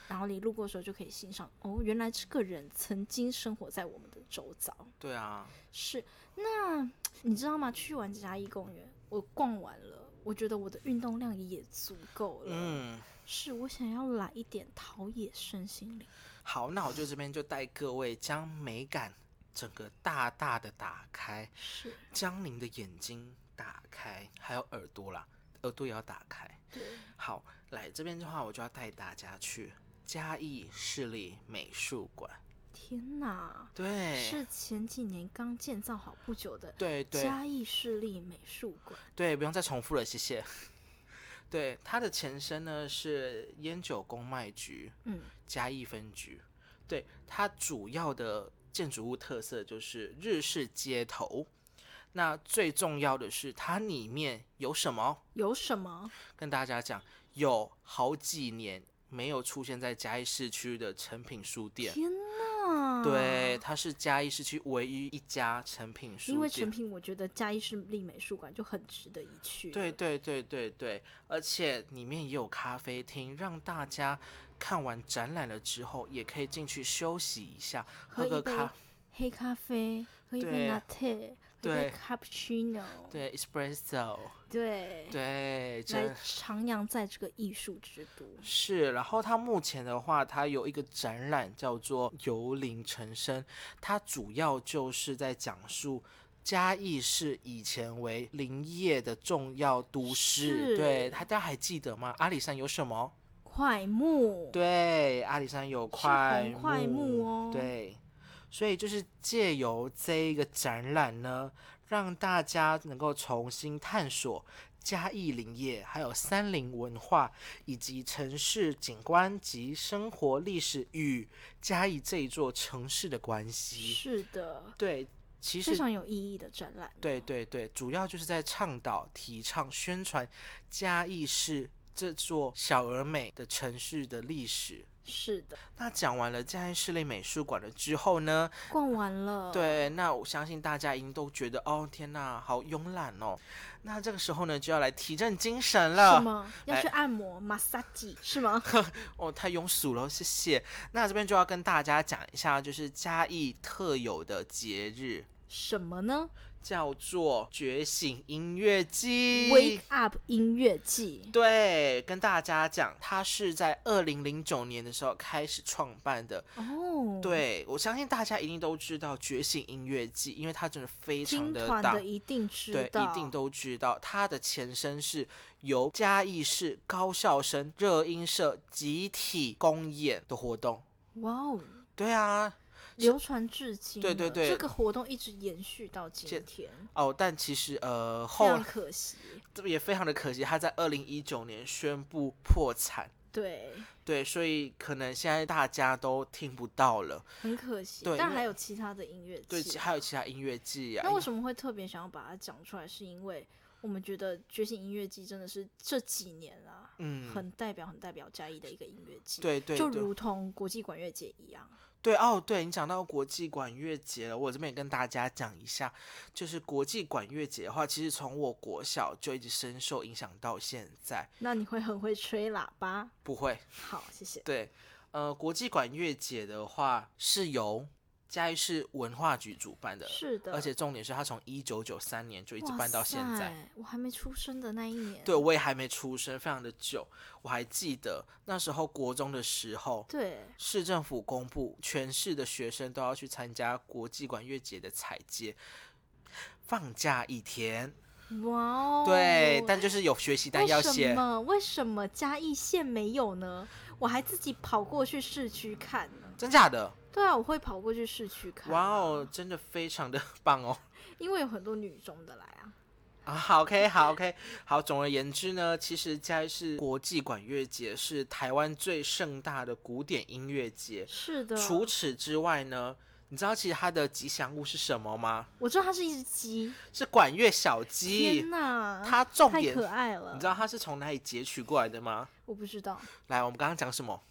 Speaker 2: 然后你路过的时候就可以欣赏哦，原来这个人曾经生活在我们的周遭。
Speaker 1: 对啊，
Speaker 2: 是，那你知道吗？去完嘉义公园，我逛完了，我觉得我的运动量也足够了。，
Speaker 1: 嗯，
Speaker 2: 是我想要来一点陶冶身心灵。
Speaker 1: 好，那我就这边就带各位将美感整个大大的打开，
Speaker 2: 是，
Speaker 1: 将您的眼睛打开，还有耳朵啦，耳朵也要打开。
Speaker 2: 对，
Speaker 1: 好，来这边的话，我就要带大家去嘉义市立美术馆。
Speaker 2: 天哪！
Speaker 1: 对，
Speaker 2: 是前几年刚建造好不久的
Speaker 1: 对对
Speaker 2: 嘉义市立美术馆。
Speaker 1: 对，不用再重复了，谢谢。 对，它的前身呢是烟酒公卖局
Speaker 2: 嗯，
Speaker 1: 嘉义分局。对，它主要的建筑物特色就是日式街头。那最重要的是，它里面有什么？
Speaker 2: 有什么？
Speaker 1: 跟大家讲，有好几年没有出现在嘉义市区的成品书店。
Speaker 2: 天哪！
Speaker 1: 对，它是嘉义市区唯一一家成品
Speaker 2: 因
Speaker 1: 书
Speaker 2: 为成
Speaker 1: 店。
Speaker 2: 品，我觉得嘉义市立美术馆就很值得一去。
Speaker 1: 对，对对对对，而且里面也有咖啡厅，让大家看完展览了之后，也可以进去休息一下，
Speaker 2: 喝
Speaker 1: 喝
Speaker 2: 一
Speaker 1: 个
Speaker 2: 杯
Speaker 1: 咖
Speaker 2: 黑咖啡，喝一
Speaker 1: 对
Speaker 2: 杯 latte，喝一杯
Speaker 1: 对
Speaker 2: cappuccino，
Speaker 1: 对 espresso，
Speaker 2: 对
Speaker 1: 对，
Speaker 2: 来
Speaker 1: 真
Speaker 2: 徜徉在这个艺术之都。
Speaker 1: 是。然后它目前的话，它有一个展览叫做《游林成生》，它主要就是在讲述。嘉义市以前为林业的重要都市，
Speaker 2: 是
Speaker 1: 对，大家还记得吗？阿里山有什么？
Speaker 2: 快木，
Speaker 1: 对，阿里山有块
Speaker 2: 红块木哦
Speaker 1: 对，所以就是借由这一个展览呢，让大家能够重新探索嘉义林业，还有山林文化，以及城市景观及生活历史与嘉义这一座城市的关系。
Speaker 2: 是的，
Speaker 1: 对，其
Speaker 2: 非
Speaker 1: 实
Speaker 2: 常有意义的展览。
Speaker 1: 对对对，主要就是在倡导、提倡、宣传嘉义市这座小而美的城市的历史。
Speaker 2: 是的，
Speaker 1: 那讲完了嘉义市立美术馆了之后呢，
Speaker 2: 逛完了。，
Speaker 1: 对，那我相信大家一定都觉得，哦，天呐，好慵懒哦。那这个时候呢，就要来提振精神
Speaker 2: 什
Speaker 1: 了。
Speaker 2: 么？要
Speaker 1: 哎
Speaker 2: 去按摩 massage 是 吗？
Speaker 1: 哦，太庸俗了，谢谢。那这边就要跟大家讲一下，就是嘉义特有的节日，
Speaker 2: 什么呢
Speaker 1: 叫做觉醒音乐季。
Speaker 2: ？Wake Up 音乐季。
Speaker 1: 对，跟大家讲，它是在二零零九年的时候开始创办的，
Speaker 2: 哦，，
Speaker 1: 对，我相信大家一定都知道《觉醒音乐季》，因为它真的非常
Speaker 2: 听
Speaker 1: 的
Speaker 2: 团
Speaker 1: 大，
Speaker 2: 的一定
Speaker 1: 对，
Speaker 2: 知道，
Speaker 1: 一定都知道。它的前身是由嘉义市高校生热音社集体公演的活动。
Speaker 2: 哇哦，
Speaker 1: 对啊，
Speaker 2: 流传至今了。
Speaker 1: 对对对
Speaker 2: 这个活动一直延续到今
Speaker 1: 现
Speaker 2: 天，
Speaker 1: 哦，但其实呃
Speaker 2: 非
Speaker 1: 后
Speaker 2: 常可惜。
Speaker 1: 也非常的可惜，它在二零一九年宣布破产。
Speaker 2: 对，
Speaker 1: 对，所以可能现在大家都听不到了。
Speaker 2: 很可惜。
Speaker 1: 对
Speaker 2: 但
Speaker 1: 因为
Speaker 2: 还有其他的音乐
Speaker 1: 对，
Speaker 2: 季
Speaker 1: 其。还有其他音乐季啊
Speaker 2: 那，为什么会特别想要把它讲出来？是因为我们觉得《觉醒音乐季》真的是这几年啊，
Speaker 1: 嗯，
Speaker 2: 很代表、很代表嘉义的一个音乐季。
Speaker 1: 对对
Speaker 2: 就
Speaker 1: 对。
Speaker 2: 如同国际管乐节一样，
Speaker 1: 对哦，对你讲到国际管乐节了，我这边也跟大家讲一下，就是国际管乐节的话，其实从我国小就一直深受影响到现在。
Speaker 2: 那你会很会吹喇叭。
Speaker 1: 不会，
Speaker 2: 好，谢谢。
Speaker 1: 对，呃，国际管乐节的话是由嘉义市文化局主办的，
Speaker 2: 是的，
Speaker 1: 而且重点是他从一九九三年就一直
Speaker 2: 哇
Speaker 1: 办到现在。
Speaker 2: 塞，我还没出生的那一年，
Speaker 1: 对，我也还没出生，非常的久。我还记得那时候国中的时候，
Speaker 2: 对
Speaker 1: 市政府公布全市的学生都要去参加国际管乐节的采接，放假一天。
Speaker 2: 哇哦，
Speaker 1: 对，但就是有学习单要
Speaker 2: 为什
Speaker 1: 写。
Speaker 2: 么为什么嘉义县没有呢？我还自己跑过去市区看呢。
Speaker 1: 真假的？
Speaker 2: 对啊，我会跑过去市区看，
Speaker 1: 哇哦，真的非常的 棒哦！
Speaker 2: 因为有很多女中的来啊。
Speaker 1: 啊，好，OK，好，OK，好。总而言之呢，其实嘉义市国际管乐节是台湾最盛大的古典音乐节。
Speaker 2: 是的，
Speaker 1: 除此之外呢，你知道其实它的吉祥物是什么吗？
Speaker 2: 我知道它是一只鸡。
Speaker 1: 是管乐小
Speaker 2: 天
Speaker 1: 鸡。
Speaker 2: 哪，
Speaker 1: 它重
Speaker 2: 太
Speaker 1: 点
Speaker 2: 可爱了。
Speaker 1: 你知道它是从哪里截取过来的吗？
Speaker 2: 我不知道
Speaker 1: 来，我们刚刚讲什么？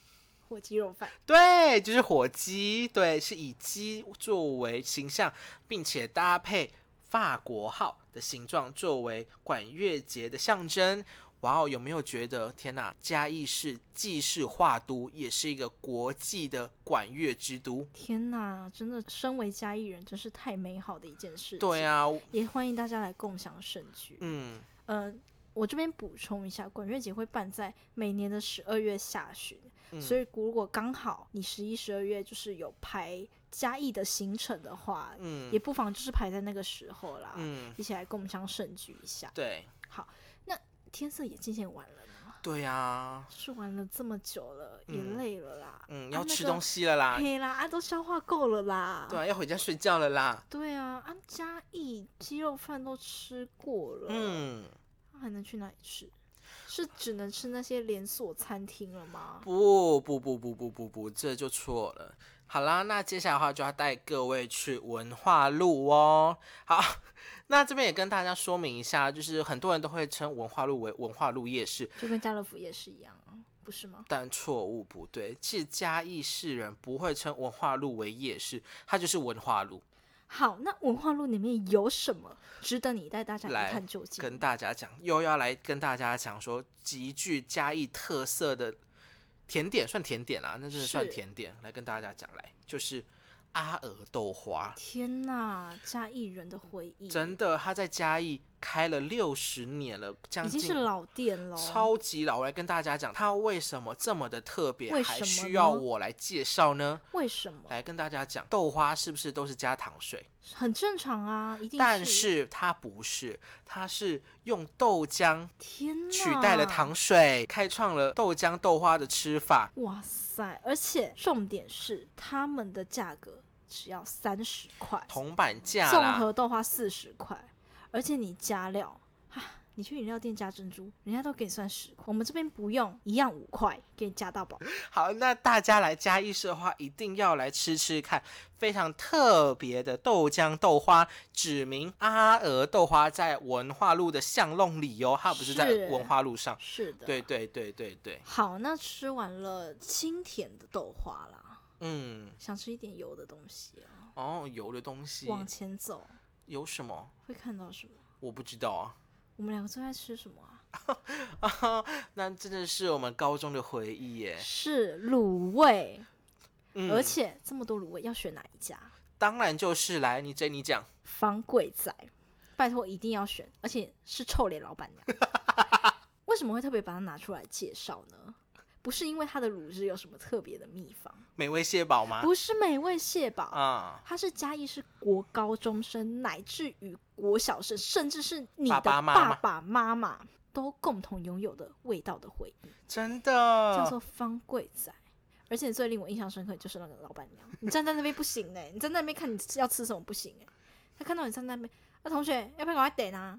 Speaker 2: 火鸡肉饭
Speaker 1: 对，就是火鸡，对，是以鸡作为形象，并且搭配法国号的形状作为管乐节的象征。哇哦，有没有觉得天哪？嘉义市既是画都，也是一个国际的管乐之都。
Speaker 2: 天哪，真的，身为嘉义人，真是太美好的一件事情。
Speaker 1: 对啊，
Speaker 2: 也欢迎大家来共享盛举。
Speaker 1: 嗯，
Speaker 2: 嗯，我这边补充一下，管乐节会办在每年的十二月下旬，
Speaker 1: 嗯
Speaker 2: 所以如果刚好你十一、十二月就是有排嘉义的行程的话，
Speaker 1: 嗯
Speaker 2: 也不妨就是排在那个时候啦，
Speaker 1: 嗯，
Speaker 2: 一起来共襄盛举一下。
Speaker 1: 对
Speaker 2: 天色也渐渐晚了呢，
Speaker 1: 对啊，
Speaker 2: 就是玩了这么久了，也
Speaker 1: 嗯
Speaker 2: 累了啦，
Speaker 1: 嗯，
Speaker 2: 啊
Speaker 1: 要吃东、西了
Speaker 2: 那
Speaker 1: 啦
Speaker 2: 个，嘿啦，啊，都消化够了啦，
Speaker 1: 对啊，要回家睡觉了啦。
Speaker 2: 对啊，啊，嘉义鸡肉饭都吃过了，
Speaker 1: 嗯，
Speaker 2: 那还能去哪里吃？是只能吃那些连锁餐厅了吗？
Speaker 1: 不不不不不不不，这就错了。好啦，那接下来的话就要带各位去文化路哦。好，那这边也跟大家说明一下，就是很多人都会称文化路为文化路夜市，
Speaker 2: 就跟家乐福夜市一样啊，不是吗？
Speaker 1: 但错误不对。其实嘉义市人不会称文化路为夜市，它就是文化路。
Speaker 2: 好，那文化路里面有什么值得你带大家
Speaker 1: 来
Speaker 2: 一探究竟？
Speaker 1: 跟大家讲，又要来跟大家讲说极具嘉义特色的甜点，算甜点啦，那真的算
Speaker 2: 是
Speaker 1: 甜点。来跟大家讲，来就是阿尔豆花。
Speaker 2: 天哪，嘉义人的回忆，
Speaker 1: 真的，他在嘉义开了六十年了，将
Speaker 2: 已经
Speaker 1: 近
Speaker 2: 是老店了。
Speaker 1: 超级老。我来跟大家讲，它为什么这么的特别，
Speaker 2: 为
Speaker 1: 还
Speaker 2: 什么
Speaker 1: 需要
Speaker 2: 呢
Speaker 1: 我来介绍呢？
Speaker 2: 为什么？
Speaker 1: 来跟大家讲，豆花是不是都是加糖水？
Speaker 2: 很正常啊，一定
Speaker 1: 但
Speaker 2: 是
Speaker 1: 是它不是，它是用豆浆
Speaker 2: 天哪，
Speaker 1: 取代了。糖水，开创了豆浆豆花的吃法。
Speaker 2: 哇塞！而且重点是他们的价格只要三十块，
Speaker 1: 铜板价
Speaker 2: 综
Speaker 1: 啦，
Speaker 2: 合豆花四十块，而且你加料啊，你去饮料店加珍珠，人家都给你算十块，我们这边不用，一样五块，给你加到饱。
Speaker 1: 好，那大家来嘉义市的话，一定要来吃吃看，非常特别的豆浆豆花，指明阿娥豆花在文化路的巷弄里哦，它不是在
Speaker 2: 是
Speaker 1: 文化路上。
Speaker 2: 是的，
Speaker 1: 对。对对对对，
Speaker 2: 好，那吃完了清甜的豆花啦，
Speaker 1: 嗯，
Speaker 2: 想吃一点油的东西啊。
Speaker 1: 哦，油的东西
Speaker 2: 往前走
Speaker 1: 有什么？
Speaker 2: 会看到什么？
Speaker 1: 我不知道啊。
Speaker 2: 我们两个最爱吃什么啊？
Speaker 1: 那真的是我们高中的回忆耶。
Speaker 2: 是卤味，
Speaker 1: 哎嗯，
Speaker 2: 而且这么多卤味要选哪一家？
Speaker 1: 当然就是来，你这你讲，
Speaker 2: 方贵仔，拜托一定要选，而且是臭脸老 板娘。为什么会特别把它拿出来介绍呢？不是因为它的卤汁有什么特别的秘方，
Speaker 1: 美味蟹堡吗？
Speaker 2: 不是美味蟹堡，
Speaker 1: 啊，
Speaker 2: 它是嘉义市国高中生乃至于国小生，甚至是你的
Speaker 1: 爸爸
Speaker 2: 爸
Speaker 1: 妈妈
Speaker 2: 爸妈妈都共同拥有的味道的回忆，
Speaker 1: 真
Speaker 2: 叫
Speaker 1: 的
Speaker 2: 做方贵仔。而且最令我印象深刻的就是那个老板娘，你站在那边不行呢、欸你站在那边看你吃要吃什么不行哎、他看到你站在那边，啊同学要不要赶快点啊？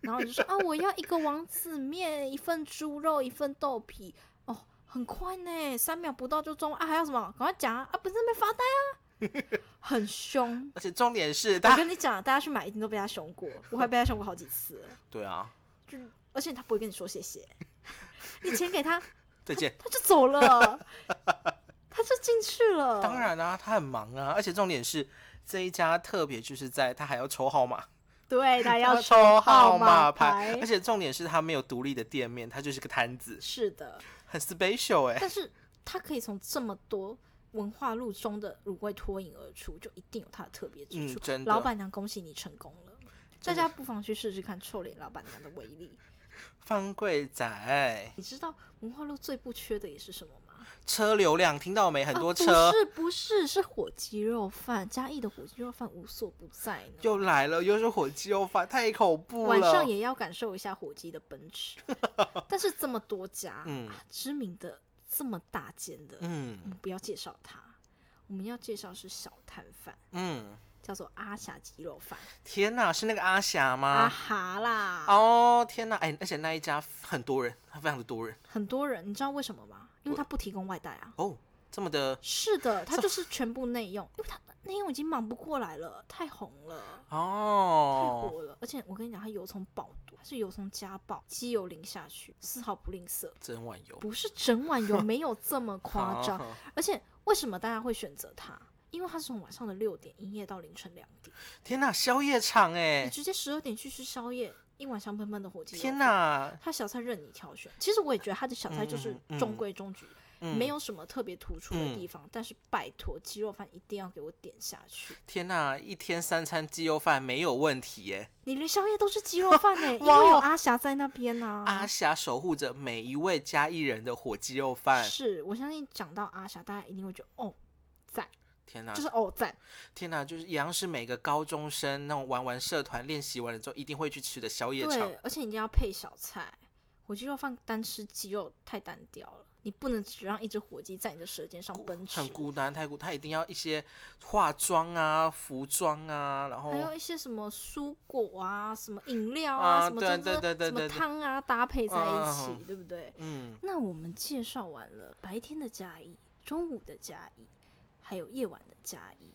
Speaker 2: 然后你就说啊我要一个王子面，一份猪肉，一份豆皮。哦，很快呢，三秒不到就中啊还要什么？赶快讲啊！啊不是在那边发呆啊， 很 凶。
Speaker 1: 而且重点是
Speaker 2: 我
Speaker 1: 他，
Speaker 2: 跟你讲，大家去买一定都被他凶过，我还被他凶过好几次了。
Speaker 1: 对啊，
Speaker 2: 就而且他不会跟你说谢谢， 你钱给他，
Speaker 1: 再见。
Speaker 2: 他就走了，他就进去了。
Speaker 1: 当，然啊，他很忙啊，而且重点是这一家特别就是在他还要抽号码，
Speaker 2: 对他
Speaker 1: 他
Speaker 2: 要
Speaker 1: 抽
Speaker 2: 号
Speaker 1: 码
Speaker 2: 牌
Speaker 1: 而，且重点是他没有独立的店面，他就是个摊子，
Speaker 2: 是的，
Speaker 1: 很 special 哎、
Speaker 2: 但是他可以从这么多文化路中的卤味脱颖而出，就一定有它的特别之
Speaker 1: 嗯
Speaker 2: 处。
Speaker 1: 真的
Speaker 2: 老板娘，恭喜你成功了！大
Speaker 1: 真的
Speaker 2: 家不妨去试试看臭脸老板娘的威力。
Speaker 1: 方贵仔，
Speaker 2: 你知道文化路最不缺的也是什么吗？
Speaker 1: 车流量听到没？很多
Speaker 2: 啊
Speaker 1: 车、
Speaker 2: 不是不是是火鸡肉饭，嘉义的火鸡肉饭无所不在呢。
Speaker 1: 又来了，又是火鸡肉饭，太恐怖
Speaker 2: 晚
Speaker 1: 了。
Speaker 2: 上也要感受一下火鸡的奔 驰。但是这么多家、
Speaker 1: 嗯
Speaker 2: 啊知名的这么大间的，我
Speaker 1: 嗯
Speaker 2: 们不要介绍它，我们要介绍是小摊贩，
Speaker 1: 嗯，
Speaker 2: 叫做阿霞鸡肉饭，
Speaker 1: 天哪，是那个阿霞
Speaker 2: 阿
Speaker 1: 吗？
Speaker 2: 哈啦。
Speaker 1: 哦，天哪，哎，而且那一家很多人，非常的多人
Speaker 2: 很多人你知道为什么吗？因为他不提供外带啊。
Speaker 1: 哦，这么的
Speaker 2: 是的，他就是全部内用，因为他内用已经忙不过来了，太红了。太
Speaker 1: 哦，
Speaker 2: 火了，而且我跟你讲，它油葱爆多，它是油葱加爆，鸡油淋下去，丝毫不吝啬，
Speaker 1: 真啊碗油，
Speaker 2: 不是整碗 油没有这么夸张。
Speaker 1: 好
Speaker 2: 而且为什么大家会选择它？因为它是从晚上的六点营业到凌晨两点，
Speaker 1: 天哪，宵夜场
Speaker 2: 你
Speaker 1: 哎，
Speaker 2: 直接十二点去吃宵夜，一碗香喷喷的火鸡。
Speaker 1: 天！哪，
Speaker 2: 它小菜任你挑选，其实我也觉得它的小菜就是
Speaker 1: 嗯嗯
Speaker 2: 中规中矩，
Speaker 1: 嗯
Speaker 2: 没有什么特别突出的地方，但是拜托鸡肉饭一定要给我点下去。
Speaker 1: 天哪，一天三餐鸡肉饭没有问题欸耶。
Speaker 2: 你连宵夜都是鸡肉饭 呢、因
Speaker 1: 哇哦
Speaker 2: 为有阿霞在那边啊呢、
Speaker 1: 阿霞守护着每一位嘉义人的火鸡肉饭，
Speaker 2: 是我相信讲到阿霞，大家一定会觉得哦赞，
Speaker 1: 天哪，
Speaker 2: 就是哦赞，
Speaker 1: 天哪，就是也像是每个高中生那种玩完社团练习完了之后一定会去吃的宵夜场
Speaker 2: 对，，而且你一定要配小菜。火鸡肉饭单吃鸡肉太单调了，你不能只让一只火鸡在你的舌尖上奔驰
Speaker 1: 很，孤单，太孤，他一定要一些化妆啊、服装啊，然后
Speaker 2: 还有一些什么蔬果啊、什么饮料
Speaker 1: 啊
Speaker 2: 啊、什么
Speaker 1: 对
Speaker 2: 这
Speaker 1: 对对
Speaker 2: 这
Speaker 1: 对
Speaker 2: 什么
Speaker 1: 对对
Speaker 2: 汤啊搭配在一起，
Speaker 1: 嗯嗯嗯
Speaker 2: 对不对？
Speaker 1: 嗯，
Speaker 2: 那我们介绍完了白天的嘉义、中午的嘉义，还有夜晚的嘉义，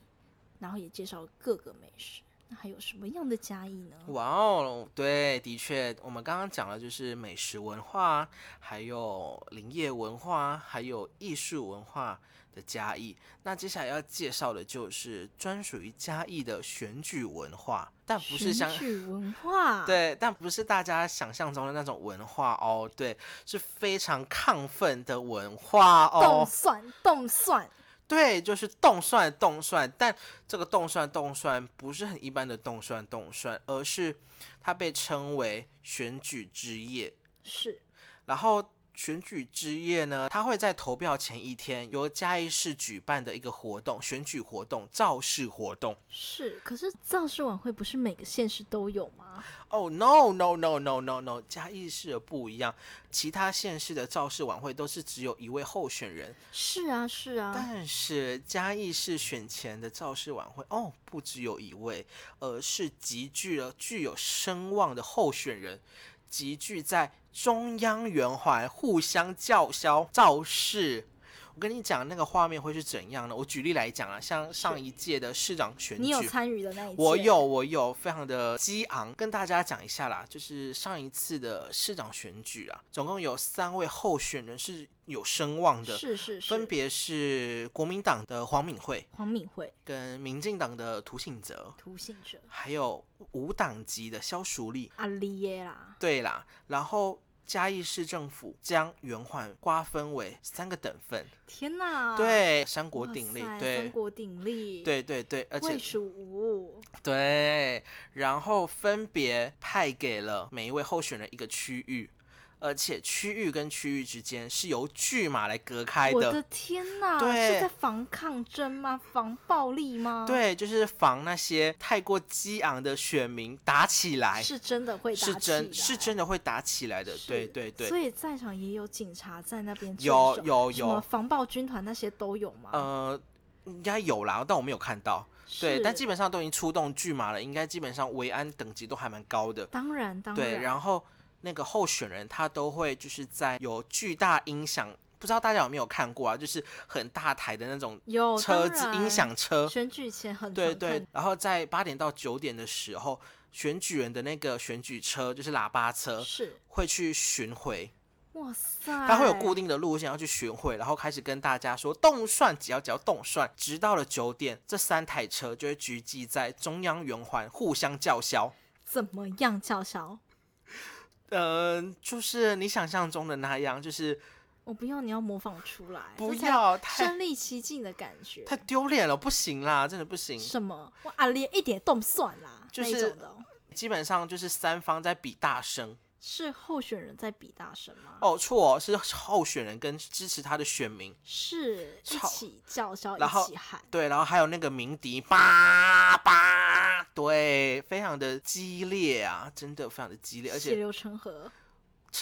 Speaker 2: 然后也介绍各个美食。那还有什么样的嘉义呢？
Speaker 1: 哇哦，对，的确，我们刚刚讲了就是美食文化，还有林业文化，还有艺术文化的嘉义。那接下来要介绍的就是专属于嘉义的选举文化，但不是像
Speaker 2: 选举啊文 化，，
Speaker 1: 对，但不是大家想象中的那种文化哦，对，是非常亢奋的文化
Speaker 2: 动
Speaker 1: 哦，
Speaker 2: 算动算，
Speaker 1: 对，就是动算动算，但这个动算动算不是很一般的动算动算，而是它被称为选举之夜。
Speaker 2: 是
Speaker 1: 然后选举之夜呢，它会在投票前一天由嘉义市举办的一个活动，选举活动、造势活动。
Speaker 2: 是。可是造势晚会不是每个县市都有吗？
Speaker 1: 哦、no no no no no no，嘉义市的不一样，其他县市的造势晚会都是只有一位候选人，
Speaker 2: 是啊，是啊，
Speaker 1: 但是嘉义市选前的造势晚会哦，不只有一位，而是集聚了具有声望的候选人，集聚在中央圆环互相叫嚣造势。我跟你讲，那个画面会是怎样呢？我举例来讲啊，像上一届的市长选举，
Speaker 2: 你有参与的那一届，
Speaker 1: 我有，我有，非常的激昂，跟大家讲一下啦，就是上一次的市长选举啊，总共有三位候选人是有声望的，
Speaker 2: 是是是，
Speaker 1: 分别是国民党的黄敏惠
Speaker 2: 黄敏惠、
Speaker 1: 跟民进党的涂信哲，
Speaker 2: 涂信哲、
Speaker 1: 还有无党籍的萧淑丽。
Speaker 2: 阿丽耶啦，
Speaker 1: 对啦，然后嘉义市政府将圆环瓜分为三个等份，
Speaker 2: 天哪，
Speaker 1: 对，三国
Speaker 2: 啊哇塞，
Speaker 1: 鼎立，
Speaker 2: 三
Speaker 1: 对。
Speaker 2: 国鼎立，。
Speaker 1: 对对对，而且
Speaker 2: 魏蜀吴，
Speaker 1: 对，然后分别派给了每一位候选人一个区域，而且区域跟区域之间是由拒马来隔开
Speaker 2: 我的天哪！
Speaker 1: 对
Speaker 2: 是在防抗争吗？防暴力吗？，
Speaker 1: 对，就是防那些太过激昂的选民打起来，
Speaker 2: 是真的会打
Speaker 1: 是真
Speaker 2: 起
Speaker 1: 是
Speaker 2: 来
Speaker 1: 真的会打起来的，对
Speaker 2: 是
Speaker 1: 对
Speaker 2: 所
Speaker 1: 对。
Speaker 2: 以在场也有警察在那边
Speaker 1: 有
Speaker 2: 镇守
Speaker 1: 有
Speaker 2: 什么
Speaker 1: 有
Speaker 2: 防暴军团那些都有吗？
Speaker 1: 呃，应该有啦，但我没有看到。对，
Speaker 2: 是
Speaker 1: 但基本上都已经出动巨马了，应该基本上维安等级都还蛮高的。
Speaker 2: 当然当然，
Speaker 1: 对，然后那个候选人他都会就是在有巨大音响，不知道大家有没有看过啊？就是很大台的那种
Speaker 2: 有
Speaker 1: 车
Speaker 2: 哦当
Speaker 1: 子
Speaker 2: 然
Speaker 1: 音响车，
Speaker 2: 选举前很
Speaker 1: 对
Speaker 2: 常看
Speaker 1: 对，然后在八点到九点的时候，选举人的那个选举车就是喇叭车，
Speaker 2: 是
Speaker 1: 会去巡回，
Speaker 2: 哇塞，
Speaker 1: 它会有固定的路线要去巡回，然后开始跟大家说动算，只要只要动算，直到了九点，这三台车就会聚集在中央圆环互相叫嚣。
Speaker 2: 怎么样叫嚣？
Speaker 1: 呃嗯、就是你想象中的那样，就是
Speaker 2: 我不要你要模仿出来，
Speaker 1: 不
Speaker 2: 这才
Speaker 1: 要太
Speaker 2: 身临其境的感觉。
Speaker 1: 太丢脸了，不行啦，真的不行。
Speaker 2: 什么？我阿连一点都不算啦，
Speaker 1: 就是
Speaker 2: 那一种的哦、
Speaker 1: 基本上就是三方在比大声。
Speaker 2: 是候选人在比大声吗？
Speaker 1: 哦，错哦，是候选人跟支持他的选民。
Speaker 2: 是一
Speaker 1: 吵
Speaker 2: 起叫嚣，
Speaker 1: 然后
Speaker 2: 一起喊，
Speaker 1: 对，然后还有那个鸣笛，叭叭，对，非常的激烈啊，真的非常的激烈，而
Speaker 2: 血
Speaker 1: 且，
Speaker 2: 流成河。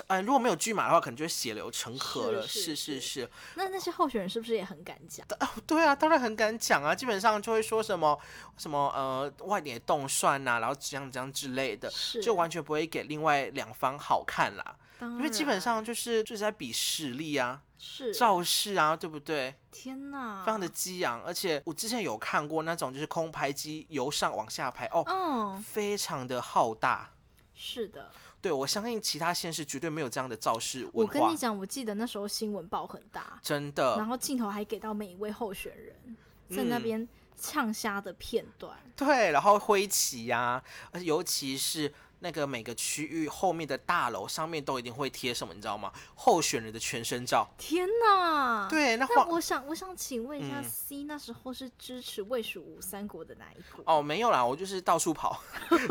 Speaker 1: 嗯、如果没有剧码的话，可能就会血流成河
Speaker 2: 是
Speaker 1: 了。
Speaker 2: 是
Speaker 1: 是
Speaker 2: 是
Speaker 1: 是是，
Speaker 2: 那那些候选人是不是也很敢讲？
Speaker 1: 对啊，当然很敢讲啊，基本上就会说什么什么呃外点动算呐、然后怎样怎样之类的，
Speaker 2: 是，
Speaker 1: 就完全不会给另外两方好看啦，
Speaker 2: 当然，
Speaker 1: 因为基本上就是就是在比实力啊、
Speaker 2: 是
Speaker 1: 造势啊，对不对？
Speaker 2: 天哪，
Speaker 1: 非常的激昂，而且我之前有看过那种就是空拍机由上往下拍哦，
Speaker 2: 嗯，
Speaker 1: 非常的浩大。
Speaker 2: 是的。
Speaker 1: 对我相信其他县市绝对没有这样的造势
Speaker 2: 我
Speaker 1: 文
Speaker 2: 跟
Speaker 1: 化
Speaker 2: 你，讲，我记得那时候新闻报很大，
Speaker 1: 真
Speaker 2: 然
Speaker 1: 的。
Speaker 2: 后镜头还给到每一位候选人在那
Speaker 1: 嗯
Speaker 2: 边呛虾的片段。
Speaker 1: 对，然后挥旗呀、而且尤其是那个每个区域后面的大楼上面都一定会贴什么，你知道吗？候选人的全身照。
Speaker 2: 天哪！。
Speaker 1: 对，那
Speaker 2: 啊那
Speaker 1: 黄
Speaker 2: 我想，我想请问一下
Speaker 1: 嗯
Speaker 2: ，C 那时候是支持魏蜀吴三国的哪一国？
Speaker 1: 哦没有啦，我就是到处 跑，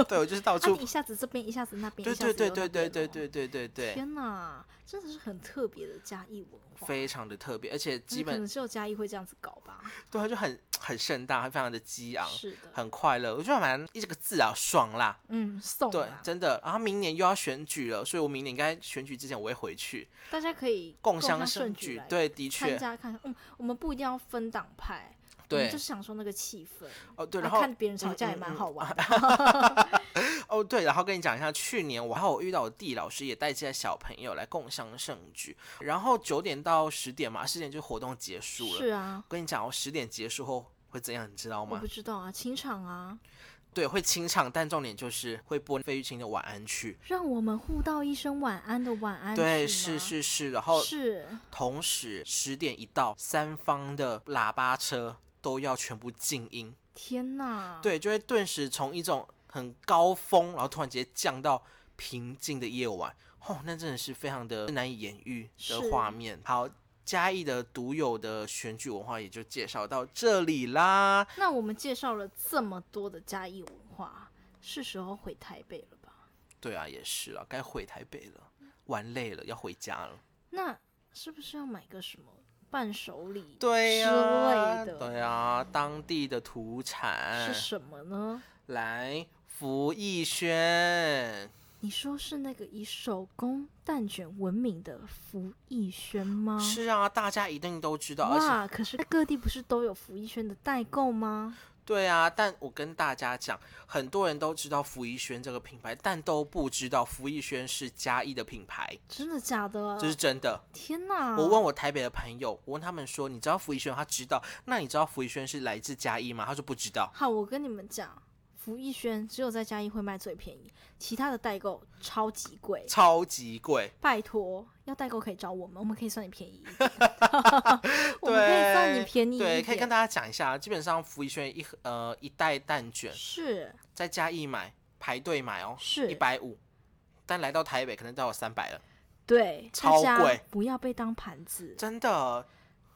Speaker 1: 对我就是到
Speaker 2: 啊，
Speaker 1: 处
Speaker 2: 你一下子这边，一下子那边，
Speaker 1: 对
Speaker 2: 一下
Speaker 1: 对
Speaker 2: 子
Speaker 1: 对
Speaker 2: 又那
Speaker 1: 对对
Speaker 2: 边
Speaker 1: 对
Speaker 2: 哦
Speaker 1: 对对对对，
Speaker 2: 天哪，真的是很特别的嘉义文化，
Speaker 1: 非常的特别，而且
Speaker 2: 就是
Speaker 1: 基
Speaker 2: 可
Speaker 1: 本
Speaker 2: 能只有嘉义会这样子搞吧。
Speaker 1: 对啊就很很盛大，非常的激昂。
Speaker 2: 是的，
Speaker 1: 很快乐，我觉得蛮一这个字啊，爽啦，
Speaker 2: 嗯，送
Speaker 1: 对
Speaker 2: 啦，
Speaker 1: 真的。然后明年又要选举了，所以我明年应该选举之前我会回去
Speaker 2: 大家可以
Speaker 1: 共
Speaker 2: 襄
Speaker 1: 襄盛
Speaker 2: 盛
Speaker 1: 举
Speaker 2: 来，
Speaker 1: 对，的
Speaker 2: 参
Speaker 1: 确，
Speaker 2: 加看看。嗯，我们不一定要分党派，我们
Speaker 1: 对
Speaker 2: 就是，享受那个气氛，
Speaker 1: 哦对，
Speaker 2: 啊
Speaker 1: 然后
Speaker 2: 看别人吵
Speaker 1: 嗯
Speaker 2: 架也
Speaker 1: 嗯
Speaker 2: 蛮
Speaker 1: 嗯
Speaker 2: 好玩的。
Speaker 1: 哦对，然后跟你讲一下，去年我还有遇到我地老师也带这些小朋友来共襄盛举，然后九点到十点嘛，十点就活动结束了。
Speaker 2: 是啊，
Speaker 1: 我跟你讲哦，十点结束后会怎样，你知道
Speaker 2: 我
Speaker 1: 吗
Speaker 2: 不？知道啊，清场啊，
Speaker 1: 对，会清唱，但重点就是会播费玉清的《晚安曲
Speaker 2: 让我们互道一声晚安的晚》。安曲吗。
Speaker 1: 对，是是是，然后
Speaker 2: 是，
Speaker 1: 同时十点一到，三方的喇叭车都要全部静音，
Speaker 2: 天哪，，
Speaker 1: 对，就会顿时从一种很高峰，然后突然直接降到平静的夜晚，哦，那真的是非常的难以言喻
Speaker 2: 是
Speaker 1: 的画面。好。嘉义的独有的选举文化也就介绍到这里啦。
Speaker 2: 那我们介绍了这么多的嘉义文化，是时候回台北了吧？
Speaker 1: 对啊，也是啊，该回台北了，玩累了，要回家了。
Speaker 2: 那是不是要买个什么伴手礼？
Speaker 1: 对呀、
Speaker 2: 之类的
Speaker 1: 对啊，当地的土产
Speaker 2: 是什么呢？
Speaker 1: 来福艺轩。
Speaker 2: 你说是那个以手工蛋卷闻名的福艺轩吗？
Speaker 1: 是啊，大家一定都知道，而且
Speaker 2: 嗯哇，可是各地不是都有福艺轩的代购吗？
Speaker 1: 对啊，但我跟大家讲，很多人都知道福艺轩这个品牌，但都不知道福艺轩是嘉义的品牌，
Speaker 2: 真的假的？
Speaker 1: 这是真的。
Speaker 2: 天哪！
Speaker 1: 我问我台北的朋友，我问他们说，你知道福艺轩？他知道。那你知道福艺轩是来自嘉义吗？他说不知道。
Speaker 2: 好，我跟你们讲，福艺轩只有在嘉义会卖最便宜，其他的代购超级贵。
Speaker 1: 超级贵，
Speaker 2: 拜托，要代购可以找我们，我们可以算你便宜一 点，我们可以算你便宜一
Speaker 1: 对，
Speaker 2: 点。
Speaker 1: 可以跟大家讲一下，基本上福艺轩一盒呃一袋蛋卷
Speaker 2: 是
Speaker 1: 在嘉义买排队买哦，
Speaker 2: 是
Speaker 1: 一百五，但来到台北可能都要三百了，
Speaker 2: 对，
Speaker 1: 超
Speaker 2: 大家
Speaker 1: 贵
Speaker 2: 不要被当盘子，
Speaker 1: 真的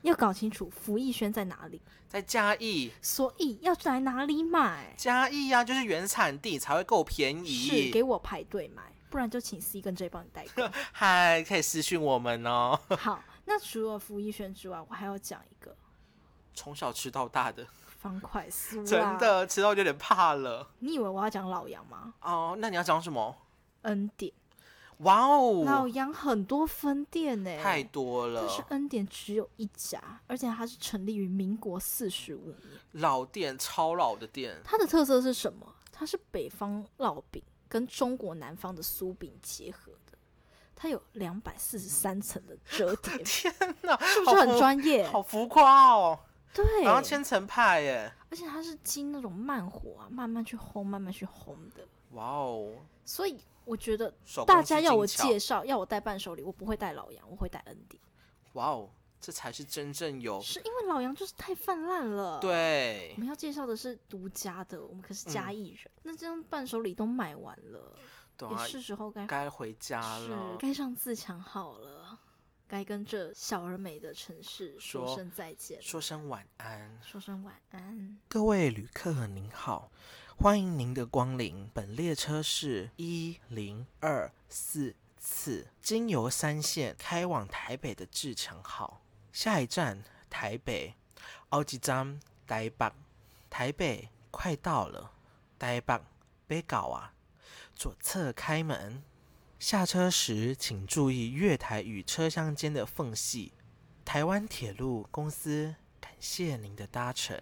Speaker 2: 要搞清楚福艺轩在哪里，
Speaker 1: 在嘉义
Speaker 2: 所以要来哪里买，
Speaker 1: 嘉义呀、就是原产地才会够便
Speaker 2: 是给
Speaker 1: 宜。
Speaker 2: 我排队买，不然就请 C 跟 J 帮你代 购。
Speaker 1: 嗨，可以私讯我们哦。
Speaker 2: 好，那除了福艺轩之外，我还要讲一个
Speaker 1: 从小吃到大的，
Speaker 2: 方块酥，
Speaker 1: 真，的吃到有点怕了。
Speaker 2: 你以为我要讲老杨吗？
Speaker 1: 哦，那你要讲什么？
Speaker 2: 恩典，
Speaker 1: 哇
Speaker 2: 老
Speaker 1: 哦，
Speaker 2: 杨很多分店呢、
Speaker 1: 太多
Speaker 2: 但是
Speaker 1: 了，
Speaker 2: 恩典只有一家，而且它是成立于民国四十五年。
Speaker 1: 老店超老的店，
Speaker 2: 它的特色是什么？它是北方烙饼跟中国南方的酥饼结合的，它有两百四十三层 的折叠，
Speaker 1: 天哪，
Speaker 2: 是
Speaker 1: 是
Speaker 2: 不是很专业？
Speaker 1: 好浮夸哦。
Speaker 2: 对，
Speaker 1: 然后千层派耶，
Speaker 2: 而且它是经那种慢火啊，慢慢去烘，慢慢去烘的。
Speaker 1: 哇哦，
Speaker 2: 所以我觉得
Speaker 1: 手工
Speaker 2: 大家
Speaker 1: 是
Speaker 2: 要我
Speaker 1: 精巧
Speaker 2: 介绍，要我带伴手礼，我不会带老杨，我会带恩典，
Speaker 1: 哇哦，这才是真正有
Speaker 2: 是啊因为老杨就是太泛滥
Speaker 1: 哦
Speaker 2: 了。。
Speaker 1: 对
Speaker 2: 我。们要介绍的是独家的，我们可是嘉
Speaker 1: 嗯
Speaker 2: 义人。那这样伴手礼都买完了，
Speaker 1: 对
Speaker 2: 也
Speaker 1: 啊，
Speaker 2: 是时候该
Speaker 1: 该回家
Speaker 2: 是
Speaker 1: 了。
Speaker 2: 该上自强号了。该跟这小而美的城市说
Speaker 1: 说
Speaker 2: 声再见，
Speaker 1: 说声晚安。
Speaker 2: 说声晚安。
Speaker 1: 各位旅客您好，欢迎您的光临。本列车是一零二四次，经由三线开往台北的志强号。下一站台北，奥吉站台北，台北快到了，台北别搞啊！左侧开门。下车时请注意月台与车厢间的缝隙。台湾铁路公司感谢您的搭乘。